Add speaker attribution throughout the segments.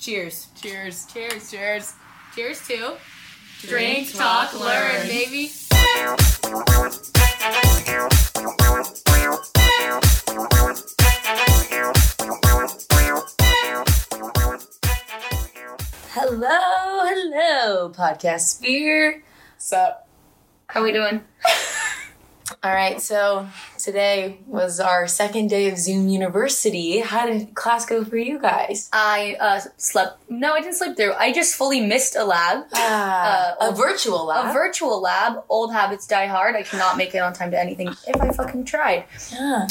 Speaker 1: Cheers.
Speaker 2: Cheers. Cheers. Cheers. Cheers to
Speaker 1: Drink, talk, learn.
Speaker 2: baby.
Speaker 1: Hello, hello, podcast sphere.
Speaker 2: Sup?
Speaker 1: How we doing? All right, so today was our second day of Zoom University. How did class go for you guys?
Speaker 3: I uh, slept. No, I didn't sleep through. I just fully missed a lab,
Speaker 1: Ah,
Speaker 3: Uh,
Speaker 1: a virtual lab.
Speaker 3: a virtual lab. Old habits die hard. I cannot make it on time to anything if I fucking tried.
Speaker 1: yeah.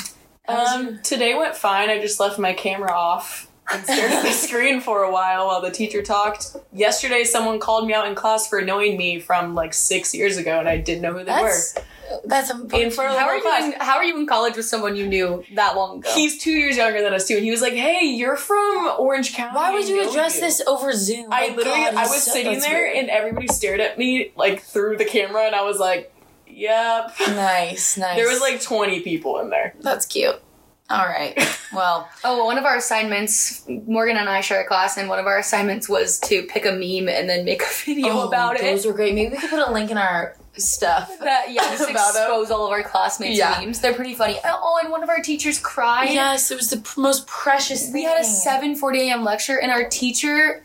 Speaker 2: Um, today went fine. I just left my camera off and stared at the screen for a while while the teacher talked. Yesterday, someone called me out in class for knowing me from like six years ago, and I didn't know who they
Speaker 1: That's that's
Speaker 2: were. In
Speaker 1: unfortunate.
Speaker 2: front of the
Speaker 3: How are
Speaker 2: whole class.
Speaker 3: you? In, how are you in college with someone you knew that long ago?
Speaker 2: He's two years younger than us too, and he was like, "Hey, you're from Orange County."
Speaker 1: Why would
Speaker 2: I
Speaker 1: you
Speaker 2: know
Speaker 1: address
Speaker 2: you."
Speaker 1: this over Zoom?
Speaker 2: I
Speaker 1: My
Speaker 2: literally,
Speaker 1: God,
Speaker 2: I
Speaker 1: that's
Speaker 2: was
Speaker 1: so-
Speaker 2: sitting
Speaker 1: that's
Speaker 2: there,
Speaker 1: weird.
Speaker 2: and everybody stared at me like through the camera, and I was like, "Yep."
Speaker 1: nice, nice.
Speaker 2: There was like 20 people in there.
Speaker 1: that's cute. All right. Well,
Speaker 3: Oh, well, one of our assignments. Morgan and I share a class, and one of our assignments was to pick a meme and then make a video
Speaker 1: oh,
Speaker 3: about
Speaker 1: those
Speaker 3: it.
Speaker 1: were great. Maybe we could put a link in our stuff.
Speaker 3: That, yeah, just
Speaker 1: About it.
Speaker 3: expose all of our classmates'
Speaker 1: Yeah.
Speaker 3: memes. They're pretty funny. Oh, and one of our teachers cried.
Speaker 1: Yes, it was the p- most precious thing.
Speaker 3: we had a 7.40 a.m lecture and our teacher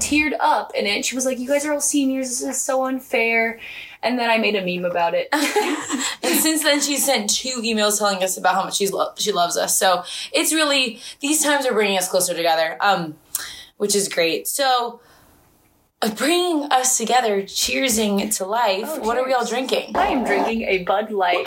Speaker 3: teared up in it she was like you guys are all seniors this is so unfair and then i made a meme about it
Speaker 1: and since then, she sent two emails telling us about how much she's lo- she loves us. So it's really these times are bringing us closer together, um, which is great. So uh, bringing us together, cheersing to life.
Speaker 3: Oh,
Speaker 1: what are we all
Speaker 3: cheers.
Speaker 1: drinking?
Speaker 3: i am drinking a bud light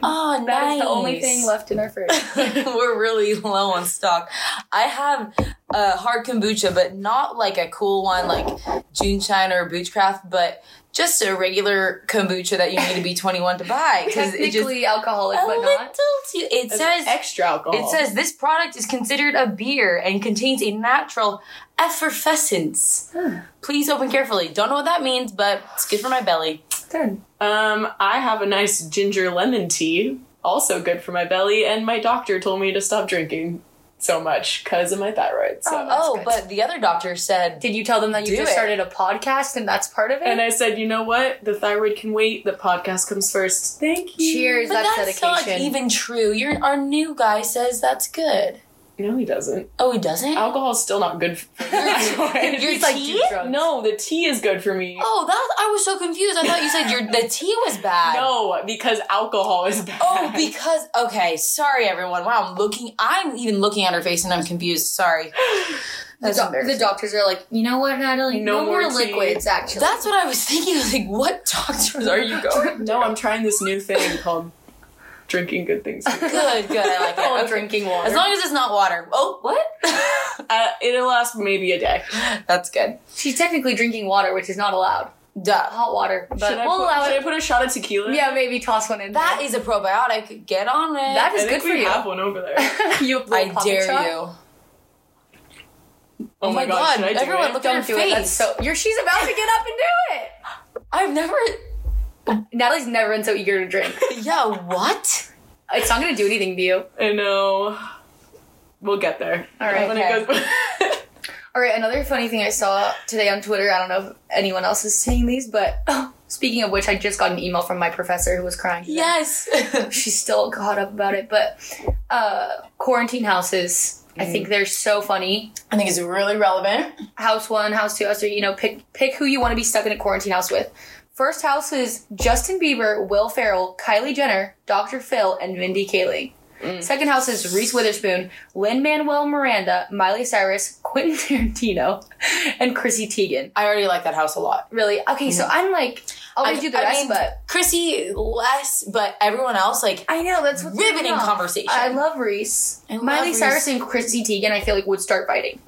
Speaker 1: Oh,
Speaker 3: That is
Speaker 1: nice.
Speaker 3: the only thing left in our fridge
Speaker 1: We're really low on stock. I have uh, hard kombucha, but not like a cool one like Juneshine or Bootcraft, but just a regular kombucha that you need to be 21 to buy because it just Oh
Speaker 3: technically alcoholic
Speaker 1: a
Speaker 3: but
Speaker 1: little
Speaker 3: not
Speaker 1: too. It
Speaker 2: As
Speaker 1: says
Speaker 2: extra alcohol.
Speaker 1: it says this product is considered a beer and contains a natural effervescence. Please open carefully. Don't know what that means, but it's good for my belly.
Speaker 3: Done.
Speaker 2: Um, I have a nice ginger lemon tea, also good for my belly, and my doctor told me to stop drinking so much because of my thyroid. So.
Speaker 3: Oh,
Speaker 1: oh,
Speaker 3: good.
Speaker 1: but the other doctor said
Speaker 3: did you tell them that you
Speaker 1: Do
Speaker 3: just
Speaker 1: it.
Speaker 3: started a podcast and that's part of it
Speaker 2: And I said, you know what? The thyroid can wait. The podcast comes first. Thank you.
Speaker 3: cheers
Speaker 1: but
Speaker 3: that's,
Speaker 1: that's not
Speaker 3: dedication
Speaker 1: even true. Your our new guy says that's good.
Speaker 2: No, he doesn't.
Speaker 1: Oh, he doesn't.
Speaker 2: Alcohol's still not good for me.
Speaker 1: Your
Speaker 3: He's like,
Speaker 1: tea?
Speaker 3: "Do drugs."
Speaker 2: no, the tea is good for me.
Speaker 1: Oh, that I was so confused. I thought you said your the tea was bad.
Speaker 2: No, because alcohol is bad.
Speaker 1: Oh, because okay. Sorry, everyone. Wow, I'm looking. I'm even looking at her face, and I'm confused. Sorry.
Speaker 3: the,
Speaker 1: That's
Speaker 3: doc-
Speaker 1: embarrassing.
Speaker 3: the doctors are like you know what natalie
Speaker 2: No
Speaker 3: no, more,
Speaker 2: more tea."
Speaker 3: liquids actually
Speaker 1: That's what I was thinking. I was like, what doctors are you going?
Speaker 2: no, I'm trying this new thing called drinking good things.
Speaker 1: Good, good. I like
Speaker 3: all
Speaker 1: it. Okay.
Speaker 3: drinking water
Speaker 1: As long as it's not water. Oh, what?
Speaker 2: Uh, it'll last maybe a day.
Speaker 1: That's good.
Speaker 3: she's technically drinking water which is not allowed
Speaker 1: Duh.
Speaker 3: hot water but
Speaker 2: should, I
Speaker 3: we'll
Speaker 2: put,
Speaker 3: allow
Speaker 2: should
Speaker 3: it
Speaker 2: I put a shot of tequila?
Speaker 3: Yeah, maybe toss one in.
Speaker 1: That is a probiotic. Get on it.
Speaker 3: That
Speaker 2: I
Speaker 3: is good
Speaker 2: think
Speaker 3: for
Speaker 2: we
Speaker 3: you.
Speaker 2: have one over there.
Speaker 3: you
Speaker 1: I dare
Speaker 3: Oh,
Speaker 1: you.
Speaker 2: Oh, my god, should I do
Speaker 1: everyone,
Speaker 2: it?
Speaker 1: look
Speaker 3: Don't
Speaker 1: at her
Speaker 3: do
Speaker 1: face.
Speaker 3: it. That's so. You're, she's about to get up and do it.
Speaker 1: I've never.
Speaker 3: Natalie's never been so eager to drink.
Speaker 1: Yeah, what?
Speaker 3: It's not gonna do anything to you.
Speaker 2: I know. We'll get there.
Speaker 3: All right,
Speaker 2: When
Speaker 3: okay.
Speaker 2: it goes-
Speaker 3: All right. Another funny thing I saw today on Twitter. I don't know if anyone else is seeing these, but speaking of which, I just got an email from my professor who was crying. today.
Speaker 1: Yes.
Speaker 3: she's still caught up about it. But uh, quarantine houses. I
Speaker 1: Mm.
Speaker 3: think they're so funny.
Speaker 1: I think it's really relevant.
Speaker 3: house one, house two, house three. You know, pick pick who you want to be stuck in a quarantine house with. First house is Justin Bieber, Will Ferrell, Kylie Jenner, Dr. Phil, and Mindy Kaling. Second house is Reese Witherspoon, Lin Manuel Miranda, Miley Cyrus, Quentin Tarantino, and Chrissy Teigen.
Speaker 1: I already like that house a lot.
Speaker 3: Really? Okay, so I'm like, I'll read you the
Speaker 1: I
Speaker 3: rest,
Speaker 1: mean,
Speaker 3: but
Speaker 1: Chrissy less, but everyone else like
Speaker 3: I know that's what's
Speaker 1: riveting
Speaker 3: going on.
Speaker 1: conversation.
Speaker 3: I love Reese.
Speaker 1: I love
Speaker 3: Miley
Speaker 1: Reese.
Speaker 3: Cyrus and Chrissy Teigen, I feel like would start fighting,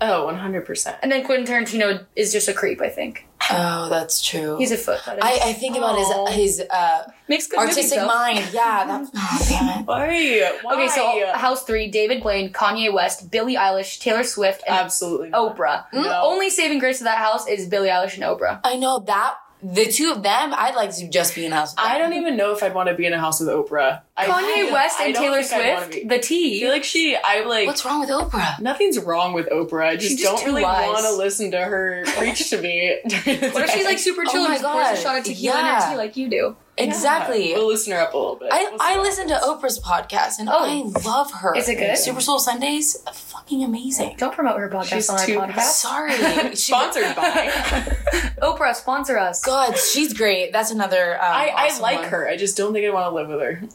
Speaker 2: oh, 100%.
Speaker 3: and then Quentin Tarantino is just a creep. I think
Speaker 1: oh, that's true.
Speaker 3: he's a foot. fetish.
Speaker 1: I, I think about
Speaker 3: Aw.
Speaker 1: his his uh,
Speaker 3: makes good movies,
Speaker 1: artistic
Speaker 3: though.
Speaker 1: mind. Yeah, that's oh, damn it.
Speaker 2: Why? Why?
Speaker 3: Okay,
Speaker 2: uh,
Speaker 3: so House Three: David Blaine, Kanye West, Billie Eilish, Taylor Swift, and
Speaker 2: Absolutely. not.
Speaker 3: Oprah.
Speaker 2: No.
Speaker 3: Only saving grace of that house is Billie Eilish and Oprah.
Speaker 1: I know that the two of them, I'd like to just be in a house. With
Speaker 2: I
Speaker 1: them.
Speaker 2: don't even know if I'd want to be in a house with Oprah. I-
Speaker 3: Kanye
Speaker 2: I-
Speaker 3: West
Speaker 2: I
Speaker 3: and
Speaker 2: don't
Speaker 3: Taylor
Speaker 2: think I'd wanna
Speaker 3: Swift,
Speaker 2: be-
Speaker 3: the
Speaker 2: I
Speaker 3: tea.
Speaker 2: feel like she, I like.
Speaker 1: What's wrong with Oprah?
Speaker 2: Nothing's wrong with Oprah. I just,
Speaker 3: She's just
Speaker 2: don't
Speaker 3: too
Speaker 2: really
Speaker 3: wise.
Speaker 2: want to listen to her preach to me.
Speaker 3: What if she's like super
Speaker 1: Oh
Speaker 3: chill and
Speaker 1: my
Speaker 3: just pours a
Speaker 1: God.
Speaker 3: shot of tequila in
Speaker 1: Yeah.
Speaker 3: her tea like you do?
Speaker 1: Exactly.
Speaker 2: Yeah, We'll loosen her up a little bit.
Speaker 1: I,
Speaker 2: We'll see
Speaker 1: I
Speaker 2: what
Speaker 1: listen to
Speaker 2: happens.
Speaker 1: Oprah's podcast and
Speaker 3: Oh.
Speaker 1: I love her.
Speaker 3: Is it good?
Speaker 1: Super Soul Sundays, fucking amazing.
Speaker 3: Don't promote her podcast
Speaker 2: She's
Speaker 3: on our
Speaker 2: too-
Speaker 3: podcast.
Speaker 1: Sorry, She-
Speaker 2: Sponsored by.
Speaker 3: Oprah, sponsor us.
Speaker 1: God, she's great. That's another. Um,
Speaker 2: I, I
Speaker 1: awesome
Speaker 2: like
Speaker 1: one.
Speaker 2: her. I just don't think I want to live with her.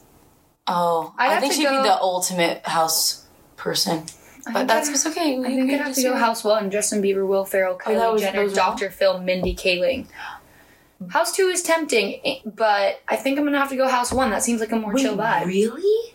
Speaker 1: Oh,
Speaker 3: I'd
Speaker 1: I,
Speaker 3: have
Speaker 1: think
Speaker 3: to
Speaker 1: she'd
Speaker 3: go-
Speaker 1: be the ultimate house person, but that's it's okay. We
Speaker 3: I think
Speaker 1: we
Speaker 3: I'd have to
Speaker 1: just-
Speaker 3: go House One, Justin Bieber, Will Ferrell,
Speaker 2: Oh,
Speaker 3: Kylie
Speaker 1: that was-
Speaker 3: Jenner,
Speaker 1: that was
Speaker 3: Dr. Phil, Mindy Kaling. House Two is tempting, eh, but I think I'm gonna have to go House One. That seems like a more
Speaker 1: Wait,
Speaker 3: chill vibe.
Speaker 1: really?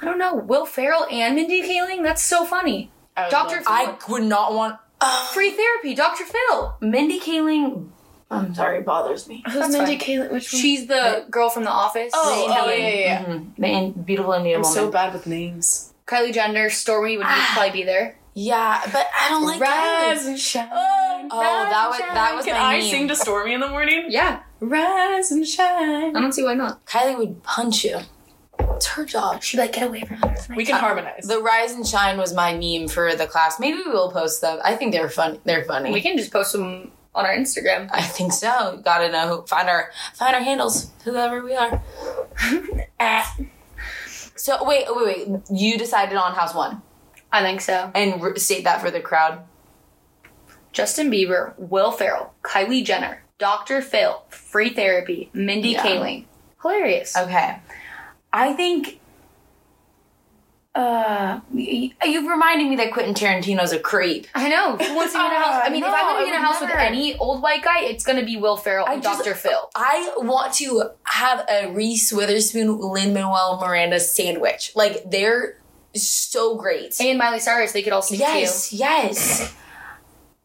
Speaker 3: I don't know. Will Ferrell and Mindy Kaling? That's so funny.
Speaker 2: I would
Speaker 3: Dr.
Speaker 2: love to-
Speaker 1: I would not want. Uh,
Speaker 3: Free therapy, Dr. Phil.
Speaker 1: Mindy Kaling. I'm sorry, it bothers me.
Speaker 3: That's
Speaker 2: Mindy
Speaker 3: Kaling? Which She's the girl from The Office.
Speaker 2: Oh,
Speaker 1: Indian.
Speaker 2: oh, yeah, yeah, yeah.
Speaker 1: Mhm. The in- beautiful Indian
Speaker 2: I'm
Speaker 1: woman.
Speaker 2: so bad with names.
Speaker 3: Kylie Jenner, Stormy would be-
Speaker 1: Ah.
Speaker 3: probably be there.
Speaker 1: yeah, but I don't like that.
Speaker 2: and shine.
Speaker 1: Oh, that was that was
Speaker 2: Can
Speaker 1: my
Speaker 2: I
Speaker 1: meme.
Speaker 2: sing to Stormy in the morning?
Speaker 3: Yeah,
Speaker 2: Rise and shine.
Speaker 3: I don't see why not.
Speaker 1: Kylie would punch you. It's her job.
Speaker 3: She'd be like, get away from her.
Speaker 2: We can harmonize.
Speaker 1: The rise and shine was my meme for the class. Maybe we will post them. I think they're fun. They're funny.
Speaker 3: We can just post them on our Instagram.
Speaker 1: I think so. Gotta know who find our find our handles, whoever we are.
Speaker 3: Ah.
Speaker 1: So wait, wait, wait. You decided on house one
Speaker 3: I think so.
Speaker 1: and re- state that for the crowd.
Speaker 3: Justin Bieber, Will Ferrell, Kylie Jenner, Dr. Phil, Free Therapy, Mindy
Speaker 1: Yeah.
Speaker 3: Kaling. Hilarious.
Speaker 1: Okay. I think. Uh, y- y- you reminding me that Quentin Tarantino's a creep.
Speaker 3: I know. Who wants to be in a house? I mean, if
Speaker 1: No,
Speaker 3: I'm gonna
Speaker 1: I
Speaker 3: be in a
Speaker 1: would
Speaker 3: house with
Speaker 1: never.
Speaker 3: any old white guy, it's gonna be Will Ferrell
Speaker 1: I
Speaker 3: and
Speaker 1: just-
Speaker 3: Dr. Phil.
Speaker 1: I want to have a Reese Witherspoon, Lin Manuel Miranda sandwich. Like they're so great.
Speaker 3: And Miley Cyrus, they could all sneak
Speaker 1: yes, yes.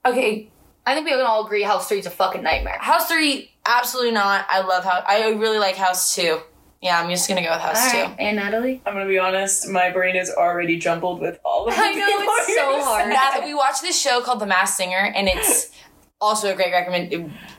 Speaker 1: Okay,
Speaker 3: you. I think we can all agree House 3 is a fucking nightmare.
Speaker 1: House three, absolutely not. I love house. I really like house two. Yeah, I'm just gonna go with house
Speaker 3: All
Speaker 1: two.
Speaker 3: right. And Natalie?
Speaker 2: I'm gonna be honest. My brain is already jumbled with all of. the
Speaker 3: I know,
Speaker 2: people
Speaker 3: it's
Speaker 2: you're
Speaker 3: so
Speaker 2: gonna
Speaker 3: hard.
Speaker 2: say.
Speaker 1: That we watched this show called The Masked Singer, and it's also a great recommend,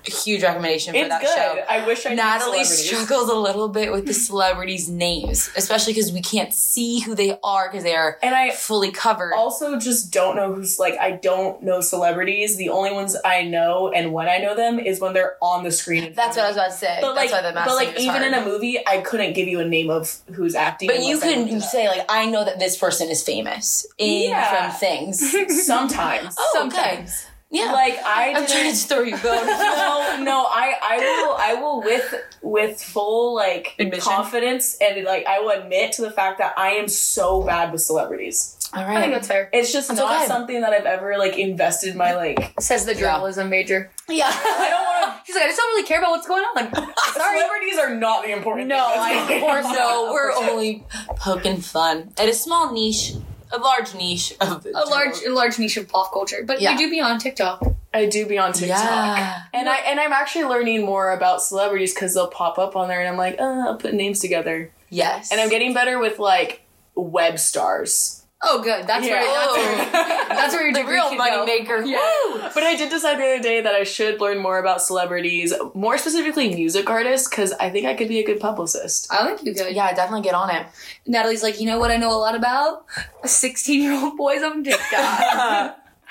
Speaker 1: a huge recommendation for
Speaker 2: It's
Speaker 1: that
Speaker 2: good.
Speaker 1: show.
Speaker 2: I wish I knew
Speaker 1: Natalie
Speaker 2: celebrities.
Speaker 1: struggles a little bit with the celebrities' names, especially because we can't see who they are because they are
Speaker 2: And I
Speaker 1: fully covered.
Speaker 2: also just don't know who's like I don't know celebrities. The only ones I know and when I know them is when they're on the screen. in
Speaker 1: That's what I
Speaker 2: front
Speaker 1: was
Speaker 2: of me.
Speaker 1: about to say.
Speaker 2: But like,
Speaker 1: That's why The Masked
Speaker 2: but like
Speaker 1: Singer is
Speaker 2: even
Speaker 1: hard.
Speaker 2: in a movie, I couldn't give you a name of who's acting.
Speaker 1: but you
Speaker 2: unless I looked
Speaker 1: can
Speaker 2: it up.
Speaker 1: say like, I know that this person is famous in
Speaker 2: Yeah.
Speaker 1: from things.
Speaker 2: sometimes.
Speaker 1: Oh,
Speaker 3: Sometimes.
Speaker 1: okay. Yeah,
Speaker 2: Like I
Speaker 1: I'm trying
Speaker 2: didn't-
Speaker 1: to throw you bones.
Speaker 2: no, no, I, I will, I will with with full like
Speaker 1: Admission?
Speaker 2: confidence and like I will admit to the fact that I am so bad with celebrities.
Speaker 1: All
Speaker 3: I think
Speaker 1: right.
Speaker 3: that's fair.
Speaker 2: It's just
Speaker 1: That's
Speaker 2: not
Speaker 1: okay.
Speaker 2: something that I've ever like invested my like.
Speaker 3: Says the journalism major.
Speaker 1: Yeah.
Speaker 2: I don't want
Speaker 3: She's like, I just don't really care about what's going on.
Speaker 2: to. Celebrities are not the important.
Speaker 3: No,
Speaker 2: thing.
Speaker 3: I-
Speaker 2: That's
Speaker 3: of course
Speaker 2: not-
Speaker 1: No, we're only poking fun at a small niche, a large niche of the
Speaker 3: a large, a large niche of pop culture. But
Speaker 1: Yeah.
Speaker 3: we do be on TikTok.
Speaker 2: I do be on TikTok.
Speaker 1: Yeah.
Speaker 2: And I and I'm actually learning more about celebrities because they'll pop up on there and I'm like, uh, I'll put names together.
Speaker 1: Yes.
Speaker 2: And I'm getting better with like web stars.
Speaker 3: Oh, good. That's
Speaker 2: Yeah.
Speaker 3: where, that's where,
Speaker 1: Oh.
Speaker 3: that's where your
Speaker 1: the
Speaker 3: degree
Speaker 1: real
Speaker 3: could
Speaker 1: money
Speaker 3: go.
Speaker 1: maker.
Speaker 2: Yeah.
Speaker 1: Woo!
Speaker 2: But I did decide the other day that I should learn more about celebrities, more specifically music artists, because I think I could be a good publicist.
Speaker 3: I think you could.
Speaker 1: Yeah, definitely get on it.
Speaker 3: Natalie's like, you know what I know a lot about? 16 year old boys on TikTok.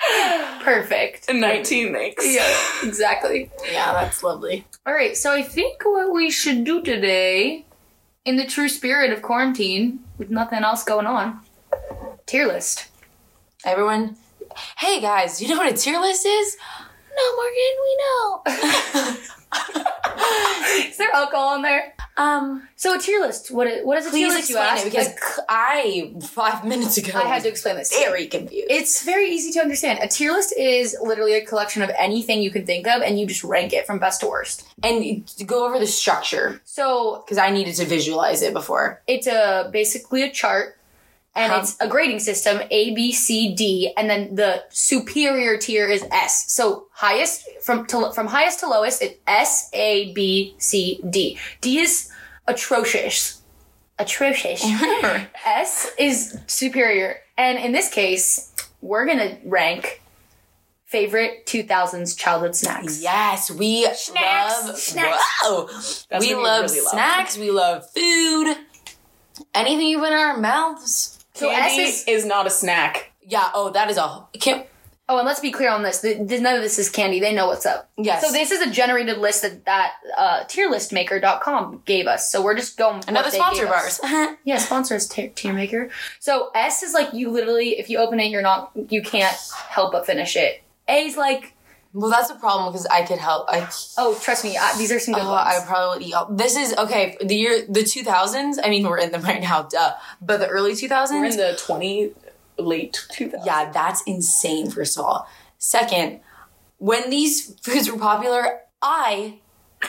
Speaker 3: Perfect.
Speaker 2: 19 thanks.
Speaker 3: Yeah, exactly.
Speaker 1: Yeah, that's lovely.
Speaker 3: All right, so I think what we should do today, in the true spirit of quarantine, with nothing else going on, tier list.
Speaker 1: Everyone, hey guys, you know what a tier list is? No, Morgan, we know.
Speaker 3: Is there alcohol on there?
Speaker 1: um,
Speaker 3: So a tier list. What is, what is a tier
Speaker 1: please
Speaker 3: list? you
Speaker 1: explain
Speaker 3: asked?
Speaker 1: it because
Speaker 3: Like,
Speaker 1: I five minutes ago
Speaker 3: I had to explain this.
Speaker 1: very confused.
Speaker 3: It's very easy to understand. A tier list is literally a collection of anything you can think of, and you just rank it from best to worst.
Speaker 1: and to go over the structure
Speaker 3: So
Speaker 1: because I needed to visualize it before.
Speaker 3: it's a basically a chart and
Speaker 1: Huh.
Speaker 3: it's a grading system a b c d and then the superior tier is s so highest from to, from highest to lowest it's s a b c d d is atrocious atrocious s is superior and in this case we're gonna rank favorite 2000s childhood snacks.
Speaker 1: Yes, we
Speaker 3: Snacks,
Speaker 1: love
Speaker 3: snacks.
Speaker 1: Whoa.
Speaker 2: That's
Speaker 1: we
Speaker 2: when you
Speaker 1: love
Speaker 2: really love
Speaker 1: snacks. We love food. Anything you put in our mouths.
Speaker 3: So S
Speaker 2: Candy
Speaker 3: is,
Speaker 2: is-, not a snack.
Speaker 1: Yeah. Oh, that is all. Can
Speaker 3: oh, and let's be clear on this. Th- th- none of this is candy. They know what's up.
Speaker 1: yes.
Speaker 3: So this is a generated list that that uh, tierlistmaker.com gave us. So we're just going with
Speaker 1: another
Speaker 3: what they
Speaker 1: sponsor of
Speaker 3: gave us.
Speaker 1: ours.
Speaker 3: Yeah, sponsor is tier, tier maker. So S is like you literally, if you open it, you're not, you can't help but finish it. A is like,
Speaker 1: well, that's a problem because I could help. I
Speaker 3: oh, trust me, I, these are some good
Speaker 1: Oh, I
Speaker 3: ones.
Speaker 1: probably would eat. All. This is okay. The year the two thousands. I mean, we're in them right now, duh. But the early two
Speaker 2: We're in
Speaker 1: thousands.
Speaker 2: the 20 late 2000s.
Speaker 1: Yeah, that's insane. First of all, second, when these foods were popular, I,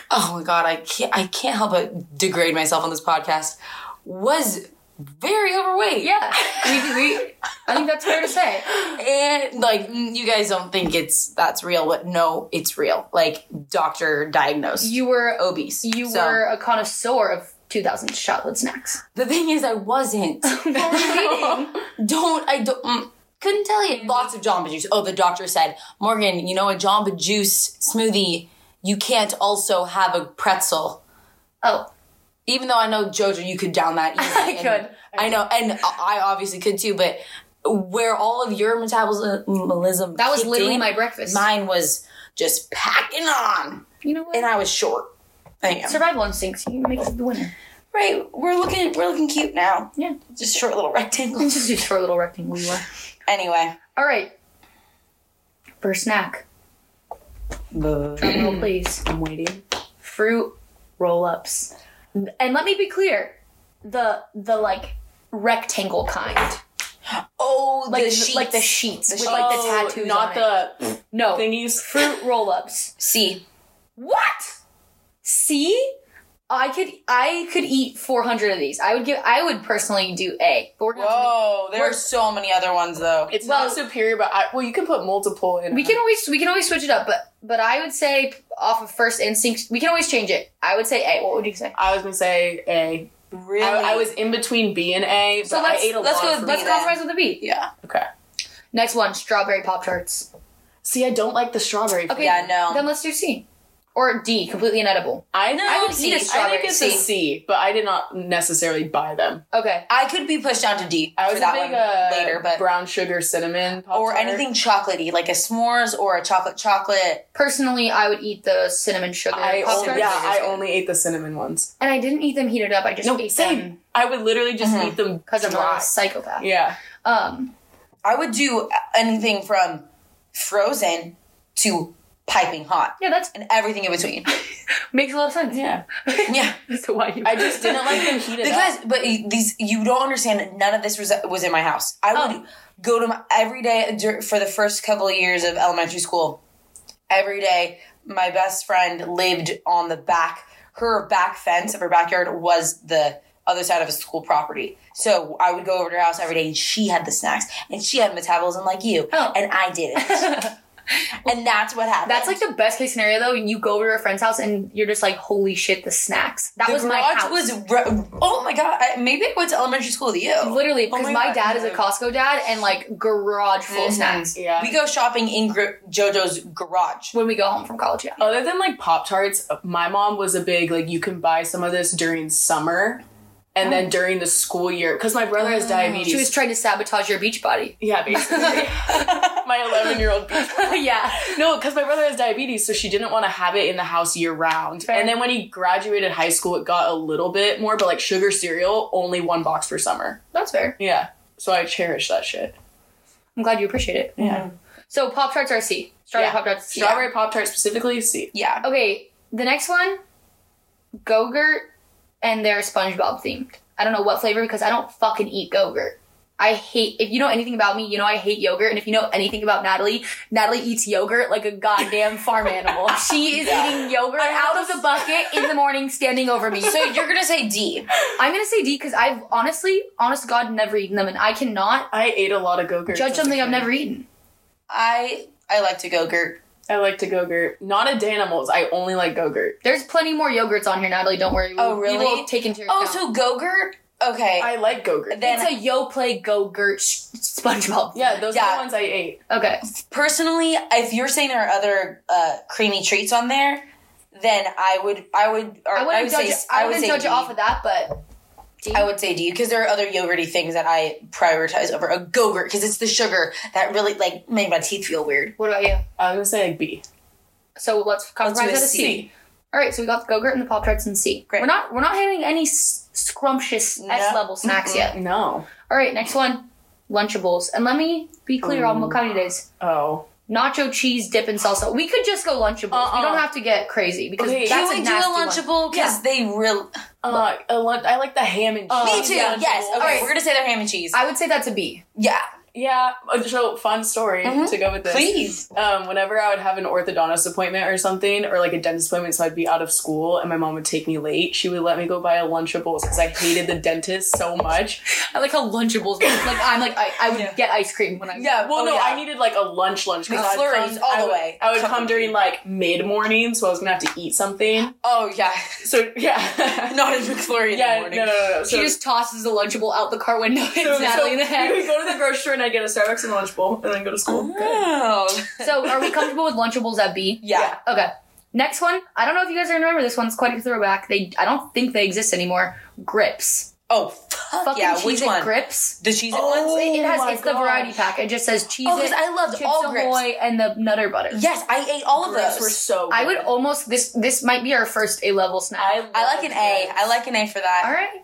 Speaker 1: oh my god, I can't. I can't help but degrade myself on this podcast. Was very overweight.
Speaker 3: yeah, we, we, I think that's fair to say.
Speaker 1: and like mm, you guys don't think it's that's real, but no, it's real. Like doctor diagnosed.
Speaker 3: You were
Speaker 1: obese.
Speaker 3: You
Speaker 1: So-
Speaker 3: were a connoisseur of 2000s childhood snacks.
Speaker 1: The thing is, I wasn't.
Speaker 3: What were you eating?
Speaker 1: Don't I don't Oh, mm, couldn't tell you. Lots of Jamba Juice. Oh, the doctor said, Morgan, you know a Jamba Juice smoothie. You can't also have a pretzel.
Speaker 3: Oh,
Speaker 1: Even though I know Jojo, you could down that easily.
Speaker 3: I
Speaker 1: and-
Speaker 3: could.
Speaker 1: I know, and I I obviously could too. But where all of your metabolism
Speaker 3: that was
Speaker 1: kicked
Speaker 3: literally
Speaker 1: in,
Speaker 3: my breakfast.
Speaker 1: Mine was just packing on,
Speaker 3: you know what?
Speaker 1: and I was short. I am.
Speaker 3: Survival instincts. You make it the winner.
Speaker 1: right, we're looking we're looking cute now.
Speaker 3: Yeah.
Speaker 1: Just short little rectangles.
Speaker 3: Just a short little rectangle you are.
Speaker 1: anyway.
Speaker 3: All right. First snack. Drum roll, please.
Speaker 2: I'm waiting.
Speaker 3: fruit roll-ups and let me be clear the the like rectangle kind
Speaker 1: Oh,
Speaker 3: like
Speaker 1: the
Speaker 3: the
Speaker 1: sheets.
Speaker 3: like the sheets with like the
Speaker 2: Oh,
Speaker 3: tattoos on
Speaker 2: Not
Speaker 3: it.
Speaker 2: the
Speaker 3: no
Speaker 2: thingies.
Speaker 3: fruit roll-ups
Speaker 1: C.
Speaker 3: what see i could i could eat 400 of these i would give i would personally do a but we're gonna have to
Speaker 1: Whoa, there are
Speaker 3: We're-
Speaker 1: so many other ones though.
Speaker 2: It's
Speaker 3: Well-
Speaker 2: not superior, but I, well, you can put multiple in.
Speaker 3: make- we can always we can always switch it up but but i would say off of first instinct we can always change it i would say a what would you say
Speaker 2: I was gonna say A.
Speaker 1: really,
Speaker 2: I, I was in between B and A, but
Speaker 3: So
Speaker 2: I
Speaker 3: let's-
Speaker 2: ate a
Speaker 1: let's
Speaker 2: lot.
Speaker 1: go with
Speaker 2: of fruit.
Speaker 3: let's
Speaker 1: then.
Speaker 3: compromise with a b
Speaker 1: yeah,
Speaker 2: Okay.
Speaker 3: next one strawberry pop tarts
Speaker 2: See, I don't like the strawberry.
Speaker 3: Okay.
Speaker 1: yeah, no.
Speaker 3: Then let's do C. Or D, completely inedible.
Speaker 2: I know.
Speaker 3: I would eat a
Speaker 2: I
Speaker 3: strawberry.
Speaker 2: think it's
Speaker 3: C.
Speaker 2: a C, but I did not necessarily buy them.
Speaker 3: Okay.
Speaker 1: I could be pushed down to D
Speaker 2: I was
Speaker 1: for
Speaker 2: a
Speaker 1: that
Speaker 2: big
Speaker 1: one
Speaker 2: uh,
Speaker 1: later, but
Speaker 2: brown sugar cinnamon Pop-Tart.
Speaker 1: or anything chocolatey, like a s'mores or a chocolate chocolate.
Speaker 3: Personally, I would eat the cinnamon sugar
Speaker 2: I
Speaker 3: Pop
Speaker 2: only,
Speaker 3: Tarts.
Speaker 2: yeah,
Speaker 1: Cinnamon
Speaker 2: I
Speaker 1: is good.
Speaker 2: only ate the cinnamon ones.
Speaker 3: And I didn't eat them heated up. I just
Speaker 2: No,
Speaker 3: ate
Speaker 2: same.
Speaker 3: them
Speaker 2: I would literally just
Speaker 1: Mhm.
Speaker 2: eat them
Speaker 3: because I'm
Speaker 2: dry.
Speaker 3: a psychopath.
Speaker 2: Yeah,
Speaker 3: Um,
Speaker 1: I would do anything from frozen to piping hot
Speaker 3: yeah, that's
Speaker 1: and everything in between.
Speaker 3: makes a lot of sense.
Speaker 2: yeah.
Speaker 1: yeah,
Speaker 3: so why you?
Speaker 2: I just didn't like them heated up.
Speaker 1: because but these you don't understand. None of this was was in my house. I
Speaker 3: Oh.
Speaker 1: would go to my, every day dur- for the first couple of years of elementary school. Every day, my best friend lived on the back. Her back fence of her backyard was the other side of a school property. So I would go over to her house every day, and she had the snacks, and she had metabolism like you,
Speaker 3: Oh.
Speaker 1: and I didn't. and that's what happened.
Speaker 3: That's like the best case scenario though. You go over to a friend's house and you're just like, holy shit, the snacks. That
Speaker 1: the
Speaker 3: was my
Speaker 1: garage
Speaker 3: house.
Speaker 1: was re- oh my god! I, maybe I went to elementary school with you.
Speaker 3: Literally, because
Speaker 1: Oh. my
Speaker 3: my,
Speaker 1: God,
Speaker 3: dad is a
Speaker 1: no.
Speaker 3: Costco dad and like garage full of
Speaker 1: Mhm.
Speaker 3: snacks
Speaker 2: Yeah.
Speaker 1: We go shopping in gr- JoJo's garage.
Speaker 3: when we go home from college. Yeah.
Speaker 2: Other than like Pop Tarts, my mom was a big like you can buy some of this during summer, and then during the school year because my brother has diabetes.
Speaker 3: Oh. She was trying to sabotage your beach body.
Speaker 2: yeah, basically my eleven year old.
Speaker 3: yeah.
Speaker 2: No, because my brother has diabetes, so she didn't want to have it in the house year round.
Speaker 3: Fair.
Speaker 2: And then when he graduated high school, it got a little bit more, but like sugar cereal, only one box per summer.
Speaker 3: That's fair.
Speaker 2: Yeah. So I cherish that shit.
Speaker 3: I'm glad you appreciate it.
Speaker 2: Yeah.
Speaker 3: So Pop Tarts are C. Strawberry
Speaker 2: Yeah.
Speaker 3: Pop Tarts.
Speaker 2: Strawberry Pop Tart specifically, see.
Speaker 1: yeah.
Speaker 3: Okay, the next one, Go-Gurt, and they're SpongeBob themed. I don't know what flavor because I don't fucking eat Go-Gurt. I hate. If you know anything about me, you know I hate yogurt. And if you know anything about Natalie, Natalie eats yogurt like a goddamn farm animal. She is eating yogurt out of the bucket in the morning, standing over me.
Speaker 1: So you're gonna say D.
Speaker 3: I'm gonna say D because I've honestly, honest to God, never eaten them, and I cannot
Speaker 2: I ate a lot of go-gurt.
Speaker 3: judge something I've never eaten.
Speaker 1: I I like to go gurt.
Speaker 2: I like to go-gurt. Not a Danimals. I only like go-gurt.
Speaker 3: There's plenty more yogurts on here, Natalie. Don't worry. We,
Speaker 1: Oh,
Speaker 3: We
Speaker 1: really?
Speaker 3: will take into account.
Speaker 1: Oh, so go gurt Okay.
Speaker 2: I like Gogurt.
Speaker 1: Then-
Speaker 3: it's a yo play go gurt sh- SpongeBob.
Speaker 2: yeah, those are
Speaker 1: Yeah.
Speaker 2: the ones I ate.
Speaker 3: Okay.
Speaker 1: Personally, if you're saying there are other uh, creamy treats on there, then I would I would or
Speaker 3: I wouldn't
Speaker 1: would
Speaker 3: judge.
Speaker 1: say
Speaker 3: it. I,
Speaker 1: would
Speaker 3: wouldn't
Speaker 1: say
Speaker 3: judge
Speaker 1: D.
Speaker 3: it off of that, but D.
Speaker 1: I would say D because there are other yogurty things that I prioritize over a gogurt because it's the sugar that really like made my teeth feel weird.
Speaker 3: What about you?
Speaker 2: I was gonna say like B.
Speaker 3: So let's compromise
Speaker 1: do a
Speaker 3: at a C.
Speaker 1: C.
Speaker 3: All right, so we got the go-gurt and the pop tarts in C.
Speaker 1: Great.
Speaker 3: We're not we're not hitting any s- scrumptious
Speaker 1: No.
Speaker 3: S level snacks yet.
Speaker 2: No.
Speaker 3: All right, next one, Lunchables, and let me be clear on what kind it is.
Speaker 2: Oh.
Speaker 3: Nacho cheese dip and salsa. We could just go Lunchables.
Speaker 2: Uh-uh.
Speaker 3: We don't have to get crazy because
Speaker 2: Okay,
Speaker 3: that's
Speaker 1: Can
Speaker 3: a
Speaker 1: we do
Speaker 3: nasty
Speaker 1: a
Speaker 3: one.
Speaker 1: lunchable? Because they really
Speaker 2: Uh, a lun- I like the ham and
Speaker 3: Uh,
Speaker 2: cheese.
Speaker 1: Oh, me too.
Speaker 3: yeah.
Speaker 1: Yes. Okay.
Speaker 3: Alright.
Speaker 1: We're gonna say they're ham and cheese.
Speaker 3: I would say that's a B.
Speaker 1: yeah.
Speaker 2: Yeah. uh, So fun story
Speaker 1: Mhm.
Speaker 2: to go with this.
Speaker 1: Please.
Speaker 2: Um, whenever I would have an orthodontist appointment or something, or like a dentist appointment, so I'd be out of school and my mom would take me late, she would let me go buy a Lunchables because I hated the dentist so much.
Speaker 3: I like how Lunchables. like I'm like I, I would
Speaker 1: Yeah.
Speaker 3: get ice cream when I
Speaker 1: Yeah.
Speaker 2: Well,
Speaker 1: Oh,
Speaker 2: no,
Speaker 1: yeah.
Speaker 2: I needed like a lunch lunch because I would
Speaker 1: McFlurries
Speaker 2: come,
Speaker 1: all
Speaker 2: I
Speaker 1: the
Speaker 2: would-
Speaker 1: way.
Speaker 2: I would
Speaker 1: Come
Speaker 2: come during like mid morning, so I was gonna have to eat something.
Speaker 1: Oh yeah.
Speaker 2: So yeah,
Speaker 1: Not in McFlurry in the
Speaker 2: yeah, no,
Speaker 1: morning.
Speaker 2: no, no. no.
Speaker 3: She
Speaker 2: So,
Speaker 3: just tosses a Lunchable out the car window and
Speaker 2: so,
Speaker 3: Natalie
Speaker 2: so
Speaker 3: in the
Speaker 2: we
Speaker 3: head.
Speaker 2: would go to the grocery store and I'd get a Starbucks and a Lunchable and then go to school.
Speaker 1: Oh.
Speaker 3: So are we comfortable with Lunchables at B?
Speaker 1: yeah.
Speaker 3: Okay. Next one. I don't know if you guys remember this one's quite a throwback. They I don't think they exist anymore. Grips.
Speaker 1: Oh fuck
Speaker 3: Fucking
Speaker 1: yeah.
Speaker 3: cheese
Speaker 1: Which one?
Speaker 3: grips.
Speaker 1: The cheese
Speaker 2: Oh.
Speaker 1: ones.
Speaker 3: It has
Speaker 2: my
Speaker 3: it's the
Speaker 2: gosh.
Speaker 3: variety pack. It just says cheese.
Speaker 1: Oh, because I loved
Speaker 3: Chips
Speaker 1: all grips.
Speaker 3: Ahoy and the Nutter Butter.
Speaker 1: Yes, I ate all of
Speaker 2: Grapes
Speaker 1: those.
Speaker 2: were so. Good.
Speaker 3: I would almost this this might be our first A level snack.
Speaker 1: I like an A. I like an A for that.
Speaker 3: All right.